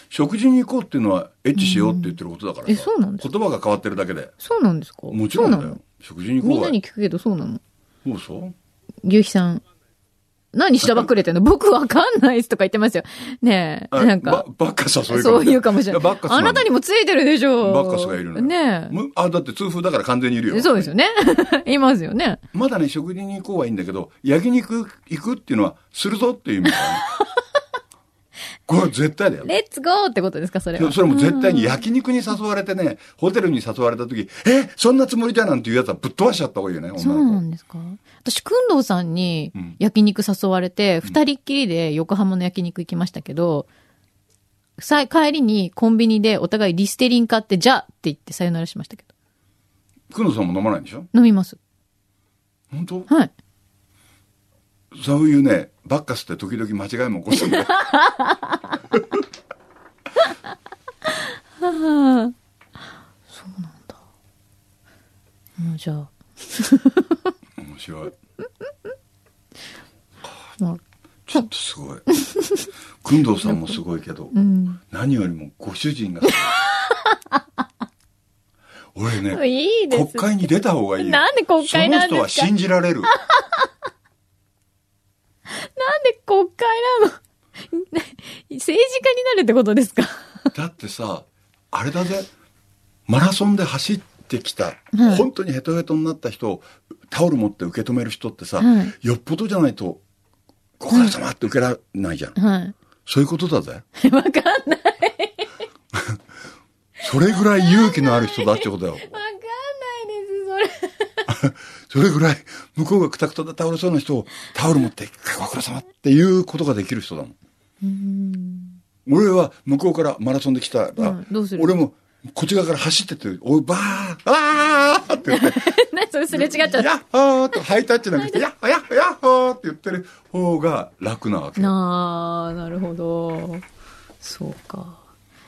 [SPEAKER 3] 食事に行こうっていうのは、エッチしようって言ってることだからさ
[SPEAKER 2] えそうなんです
[SPEAKER 3] 言葉が変わってるだけで。
[SPEAKER 2] そうなんですか
[SPEAKER 3] もちろんだ
[SPEAKER 2] そうな
[SPEAKER 3] よ
[SPEAKER 2] の。
[SPEAKER 3] 食事に行こう
[SPEAKER 2] みん
[SPEAKER 3] が
[SPEAKER 2] なに聞くけどそうなの。
[SPEAKER 3] そうそう。
[SPEAKER 2] 牛皮さん。何しらばっくれてんの僕わかんないっすとか言ってますよ。ねえ、
[SPEAKER 3] あ
[SPEAKER 2] なんか。
[SPEAKER 3] ばばっかさ、そういう
[SPEAKER 2] そういうかもしれない。
[SPEAKER 3] バッカス
[SPEAKER 2] あなたにもついてるでしょ
[SPEAKER 3] バッカスがいるのよ
[SPEAKER 2] ね
[SPEAKER 3] むあ、だって痛風だから完全にいる
[SPEAKER 2] え。
[SPEAKER 3] よ。
[SPEAKER 2] そうですよね。 いますよね。
[SPEAKER 3] まだね、食事に行こうはいいんだけど、焼肉行くっていうのは、するぞっていう意味 だよね。これは絶対だよ。
[SPEAKER 2] レッツゴーってことですか、それは。
[SPEAKER 3] それも絶対に焼肉に誘われてね、ホテルに誘われた時、え、そんなつもりじゃなんていうやつはぶっ飛ばしちゃった方がいいよね、女
[SPEAKER 2] そうな
[SPEAKER 3] の子。
[SPEAKER 2] んですか私、くんどうさんに
[SPEAKER 3] うん
[SPEAKER 2] 焼肉誘われて、二、人っきりで横浜の焼肉行きましたけど、さ帰りにコンビニでお互いリステリン買って、じゃあって言ってさよならしましたけど。
[SPEAKER 3] 久野さんも飲まないんでしょ
[SPEAKER 2] 飲みます。
[SPEAKER 3] 本当
[SPEAKER 2] はい。
[SPEAKER 3] そういうね、バッカスって時々間違いも起こすんだ よ。
[SPEAKER 2] もうじゃあ。
[SPEAKER 3] 面白い。
[SPEAKER 2] もう
[SPEAKER 3] ちょっとすごい。くんどうさんもすごいけど、
[SPEAKER 2] うん。
[SPEAKER 3] 何よりもご主人が。 俺ね、
[SPEAKER 2] いいで
[SPEAKER 3] 国
[SPEAKER 2] す。
[SPEAKER 3] 会に出た方がいいよ。
[SPEAKER 2] なんで国会なん
[SPEAKER 3] その人は
[SPEAKER 2] ですかなん
[SPEAKER 3] 信じられる。
[SPEAKER 2] で国会なの 政治家になるってことですか
[SPEAKER 3] だってさ、あれだぜ、マラソンで走ってきた、
[SPEAKER 2] はい
[SPEAKER 3] 本当にヘトヘトになった人をタオル持って受け止める人ってさ、
[SPEAKER 2] は
[SPEAKER 3] よっぽどじゃないと、ご苦労様って受けられないじゃん。
[SPEAKER 2] は
[SPEAKER 3] そういうことだぜ。
[SPEAKER 2] い。わかんない。
[SPEAKER 3] それぐらい勇気のある人だってことだよ。
[SPEAKER 2] わかんないです、それ。
[SPEAKER 3] それぐらい、向こうがくたくたで倒れそうな人をタオル持って、ご苦労様っていうことができる人だもん。
[SPEAKER 2] うん。
[SPEAKER 3] 俺は向こうからマラソンで来たら、
[SPEAKER 2] うんどうする
[SPEAKER 3] 俺もこっち側から走ってって、おい、ばー、あーって言って、
[SPEAKER 2] 何それすれ違っちゃった。
[SPEAKER 3] ヤッホーってハイタッチなんかして、ヤッホー、ヤッホー、ヤッホーって言ってる方が楽なわけ。
[SPEAKER 2] なあ、なるほど。そうか。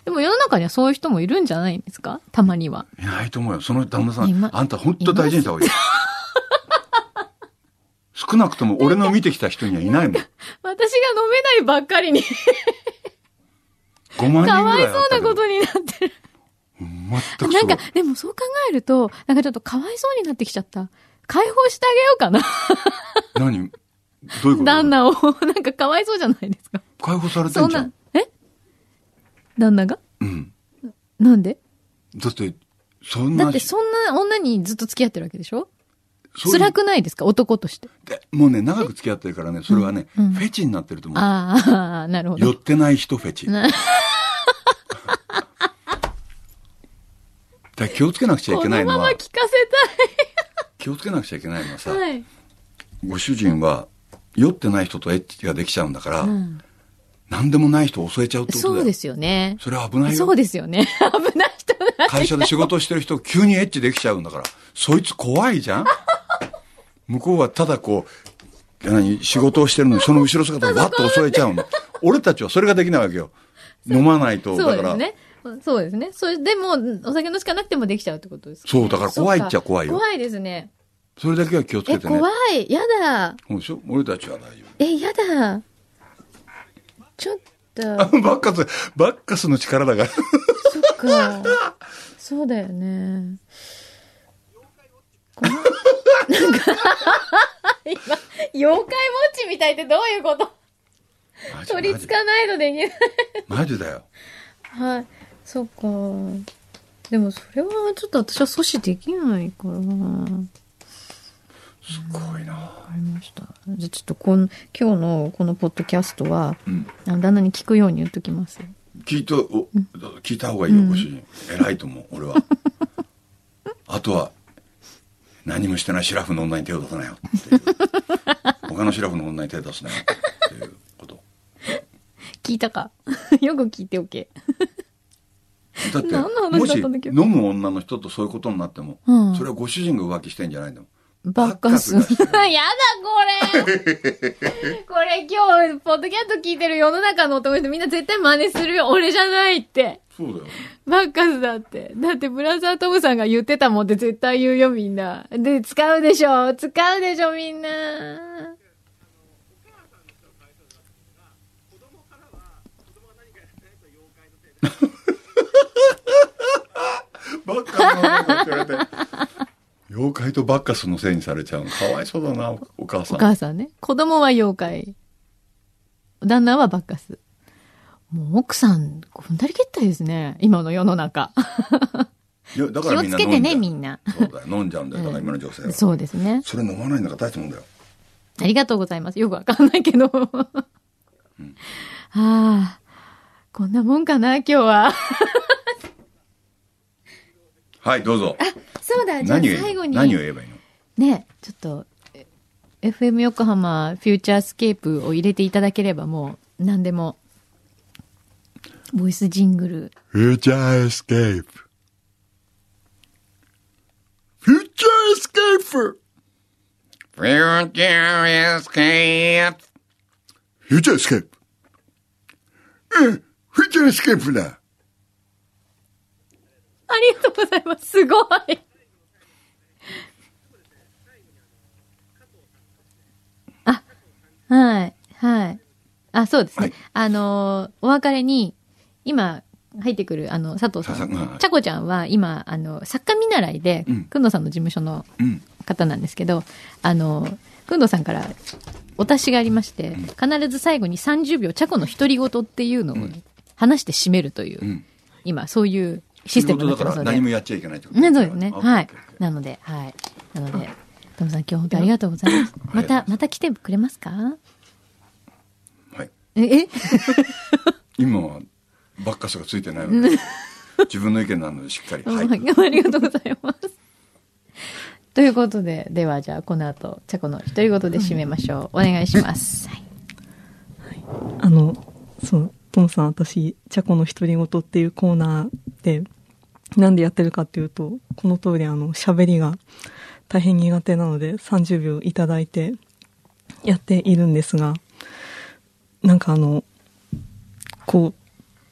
[SPEAKER 2] でも世の中にはそういう人もいるんじゃないんですかたまには。
[SPEAKER 3] いないと思うよ。その旦那さ
[SPEAKER 2] 今
[SPEAKER 3] ん、あんた本当大事にした方がいいよ。少なくとも俺の見てきた人にはいないもん。
[SPEAKER 2] 私が飲めないばっかりに、
[SPEAKER 3] 5万人ぐらい
[SPEAKER 2] かわい
[SPEAKER 3] あった
[SPEAKER 2] そう
[SPEAKER 3] け
[SPEAKER 2] な
[SPEAKER 3] ど
[SPEAKER 2] ことになってる。
[SPEAKER 3] 全く
[SPEAKER 2] な
[SPEAKER 3] そ
[SPEAKER 2] ん
[SPEAKER 3] う
[SPEAKER 2] か、でもそう考えると、なんかちょっとかわいそうになってきちゃった。解放してあげようか
[SPEAKER 3] 何どういうこと
[SPEAKER 2] な。旦那を。なんかかわいそうじゃないですか。
[SPEAKER 3] 解放されて
[SPEAKER 2] そ
[SPEAKER 3] ん
[SPEAKER 2] ん
[SPEAKER 3] じゃ
[SPEAKER 2] な、
[SPEAKER 3] ん。
[SPEAKER 2] え旦那が
[SPEAKER 3] うん。
[SPEAKER 2] なんで
[SPEAKER 3] だって、そんな、
[SPEAKER 2] だってそんな女にずっと付き合ってるわけでしょ
[SPEAKER 3] そういう
[SPEAKER 2] 辛くないですか男として。
[SPEAKER 3] でもうね、長く付き合ってるからね、それはね、
[SPEAKER 2] うんうん
[SPEAKER 3] フェチになってると思う。
[SPEAKER 2] あ あ、なるほ
[SPEAKER 3] 寄
[SPEAKER 2] ど
[SPEAKER 3] っ。てない人フェチ。
[SPEAKER 2] な
[SPEAKER 3] だから気をつけなくちゃい
[SPEAKER 2] こ
[SPEAKER 3] けな
[SPEAKER 2] の
[SPEAKER 3] いの
[SPEAKER 2] まま
[SPEAKER 3] は、
[SPEAKER 2] 聞かせ
[SPEAKER 3] 気をつけなくちゃいけないのはさ、
[SPEAKER 2] たい。はい。
[SPEAKER 3] ご主人は酔ってない人とエッチができちゃうんだから、
[SPEAKER 2] うん
[SPEAKER 3] 何でもない人を襲えちゃうってことだよ。
[SPEAKER 2] そうですよね。
[SPEAKER 3] それは危ない
[SPEAKER 2] そう
[SPEAKER 3] よ。
[SPEAKER 2] ですよね。 危ない人だ。
[SPEAKER 3] 会社で仕事してる人急にエッチできちゃうんだから、そいつ怖いじ ゃん向こうはただこう、何、仕事をしてるのにその後ろ姿をわっと襲えちゃうの。俺たちはそれができないわけよ。飲まないと、
[SPEAKER 2] そ
[SPEAKER 3] だ
[SPEAKER 2] うで
[SPEAKER 3] か
[SPEAKER 2] す
[SPEAKER 3] ら、
[SPEAKER 2] ね。そうですね。それでも、お酒のしかなくてもできちゃうってことですかね、
[SPEAKER 3] そうだから怖いっちゃ怖いよ
[SPEAKER 2] そか怖いですね。
[SPEAKER 3] それだけは気をつ
[SPEAKER 2] え、
[SPEAKER 3] けてね
[SPEAKER 2] 怖。い。やだ。
[SPEAKER 3] そうでしょ俺たちは大丈
[SPEAKER 2] え、やだ。ちょっと、
[SPEAKER 3] 夫。 バッカス、バッカスの力だから。
[SPEAKER 2] そっか。そうだよね。怖い。なんか、 今、妖怪ウォッチみたいってどういうこと
[SPEAKER 3] マ ジ
[SPEAKER 2] 取りつかないのできない。
[SPEAKER 3] マジだよ。
[SPEAKER 2] はい。そっか。でもそれはちょっと私は阻止できないから。わ
[SPEAKER 3] すごいな。
[SPEAKER 2] かりました。じゃあちょっとこの、今日のこのポッドキャストは、
[SPEAKER 3] うん
[SPEAKER 2] あの旦那に聞くように言っときます。
[SPEAKER 3] 聞いた、お聞いた方がいいよ、
[SPEAKER 2] うん
[SPEAKER 3] ご主人。偉いと思う、俺は。あとは、何もしてないシラフの女に手を出さないよ っていう。他のシラフの女に手を出すなよっていう こと。
[SPEAKER 2] 聞いたか よく聞いておけ。
[SPEAKER 3] だって、
[SPEAKER 2] 何の
[SPEAKER 3] も
[SPEAKER 2] 話だ
[SPEAKER 3] し
[SPEAKER 2] ったんだっけ
[SPEAKER 3] 飲む女の人とそういうことになっても、
[SPEAKER 2] うん
[SPEAKER 3] それはご主人が浮気してんじゃないんだもん。
[SPEAKER 2] バッカス。
[SPEAKER 3] バ
[SPEAKER 2] や
[SPEAKER 3] ッカス
[SPEAKER 2] だこ れこれ今日、ポッドキャスト聞いてる世の中の男の人みんな絶対真似するよ。俺じゃないって。
[SPEAKER 3] そうだよ。
[SPEAKER 2] バッカスだって。だって、ブラザートムさんが言ってたもんって絶対言うよ、みんな。で、使うでしょ使うでしょ、みんな。
[SPEAKER 3] バッカスのせいにされて。妖怪とバッカスのせいにされちゃうの。かわいそうだな、おお母さ
[SPEAKER 2] お
[SPEAKER 3] ん。
[SPEAKER 2] 母さんね。子供は妖怪。旦那はバッカス。もう奥さん、踏んだり蹴ったりですね。今の世の中。
[SPEAKER 3] いやだか
[SPEAKER 2] 気
[SPEAKER 3] ら
[SPEAKER 2] を
[SPEAKER 3] みん
[SPEAKER 2] つ
[SPEAKER 3] な
[SPEAKER 2] け
[SPEAKER 3] 飲
[SPEAKER 2] て
[SPEAKER 3] んじ
[SPEAKER 2] ね、
[SPEAKER 3] ゃう
[SPEAKER 2] みんな。
[SPEAKER 3] そうだよ。飲んじゃうんだよ、だから今の女性は。
[SPEAKER 2] そうですね。
[SPEAKER 3] それ飲まないんだから大したもんだよ。
[SPEAKER 2] ありがとうございます。よくわかんないけど。ああ、こんなもんかな、今日は。
[SPEAKER 3] はい、どうぞ。
[SPEAKER 2] そうだ、じゃあ
[SPEAKER 3] 何を言えばい
[SPEAKER 2] 最後
[SPEAKER 3] い
[SPEAKER 2] に。
[SPEAKER 3] の何を言えばいいの
[SPEAKER 2] ね、ちょっと、え FM 横浜フューチャースケープを入れていただければもう何でも、ボイスジングル。
[SPEAKER 3] フューチャーエスケープ。フューチャーエスケープ
[SPEAKER 4] フューチャーエスケープ
[SPEAKER 3] フューチャーエスケープうん、フューチャーエスケープだ
[SPEAKER 2] ありがとうございます。すごい。はい。はい。あ、そうですね。
[SPEAKER 3] はい
[SPEAKER 2] あのー、お別れに、今、入ってくる、あの、佐藤さ
[SPEAKER 3] 佐々木は
[SPEAKER 2] ん。
[SPEAKER 3] い
[SPEAKER 2] ちゃこちゃんは、今、あの、作家見習いで
[SPEAKER 3] うん、
[SPEAKER 2] くんどさんの事務所の
[SPEAKER 3] うん。
[SPEAKER 2] 方なんですけど、あの、くんどさんから、お達しがありまして、必ず最後に30秒、ちゃこの独り言っていうのを話して締めるという、
[SPEAKER 3] うん。
[SPEAKER 2] 今、そういうシステムにな
[SPEAKER 3] だ
[SPEAKER 2] って
[SPEAKER 3] か
[SPEAKER 2] ます
[SPEAKER 3] ら
[SPEAKER 2] ので。
[SPEAKER 3] 何もやっちゃいけないってこと
[SPEAKER 2] ね、そうですね。はい。
[SPEAKER 3] OK
[SPEAKER 2] なので、はい。なので、トムさん、今日本当にありがとうございます。
[SPEAKER 3] あ
[SPEAKER 2] ま
[SPEAKER 3] りが
[SPEAKER 2] た、
[SPEAKER 3] とうございます
[SPEAKER 2] また来てくれますか
[SPEAKER 3] はい。
[SPEAKER 2] え、え
[SPEAKER 3] 今は、バッカスがついてないの で、自分の意見なのでしっかり。
[SPEAKER 2] は
[SPEAKER 3] はい。
[SPEAKER 2] い。ありがとうございます。ということで、では、じゃあ、この後、チャコの独り言で締めましょう。お願いします。はい。
[SPEAKER 1] あの、そう、トンさん、私、チャコの独り言っていうコーナーで、なんでやってるかっていうと、この通り、あの、喋りが大変苦手なので、30秒いただいてやっているんですが、なんかあの、こう、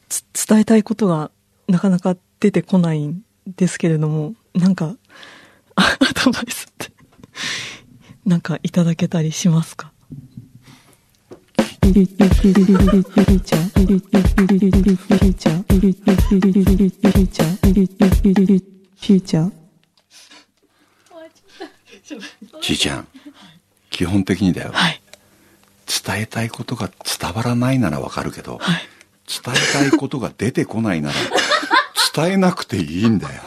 [SPEAKER 1] つ伝えたいことがなかなか出てこないんですけれども、なんか、あアドバイスって、なんかいただけたりしますか
[SPEAKER 3] ちいちゃん、基本的にだよ。
[SPEAKER 1] はい。
[SPEAKER 3] 伝えたいことが伝わらないならわかるけど、
[SPEAKER 1] はい。
[SPEAKER 3] 伝えたいことが出てこないなら、伝えなくていいんだよ。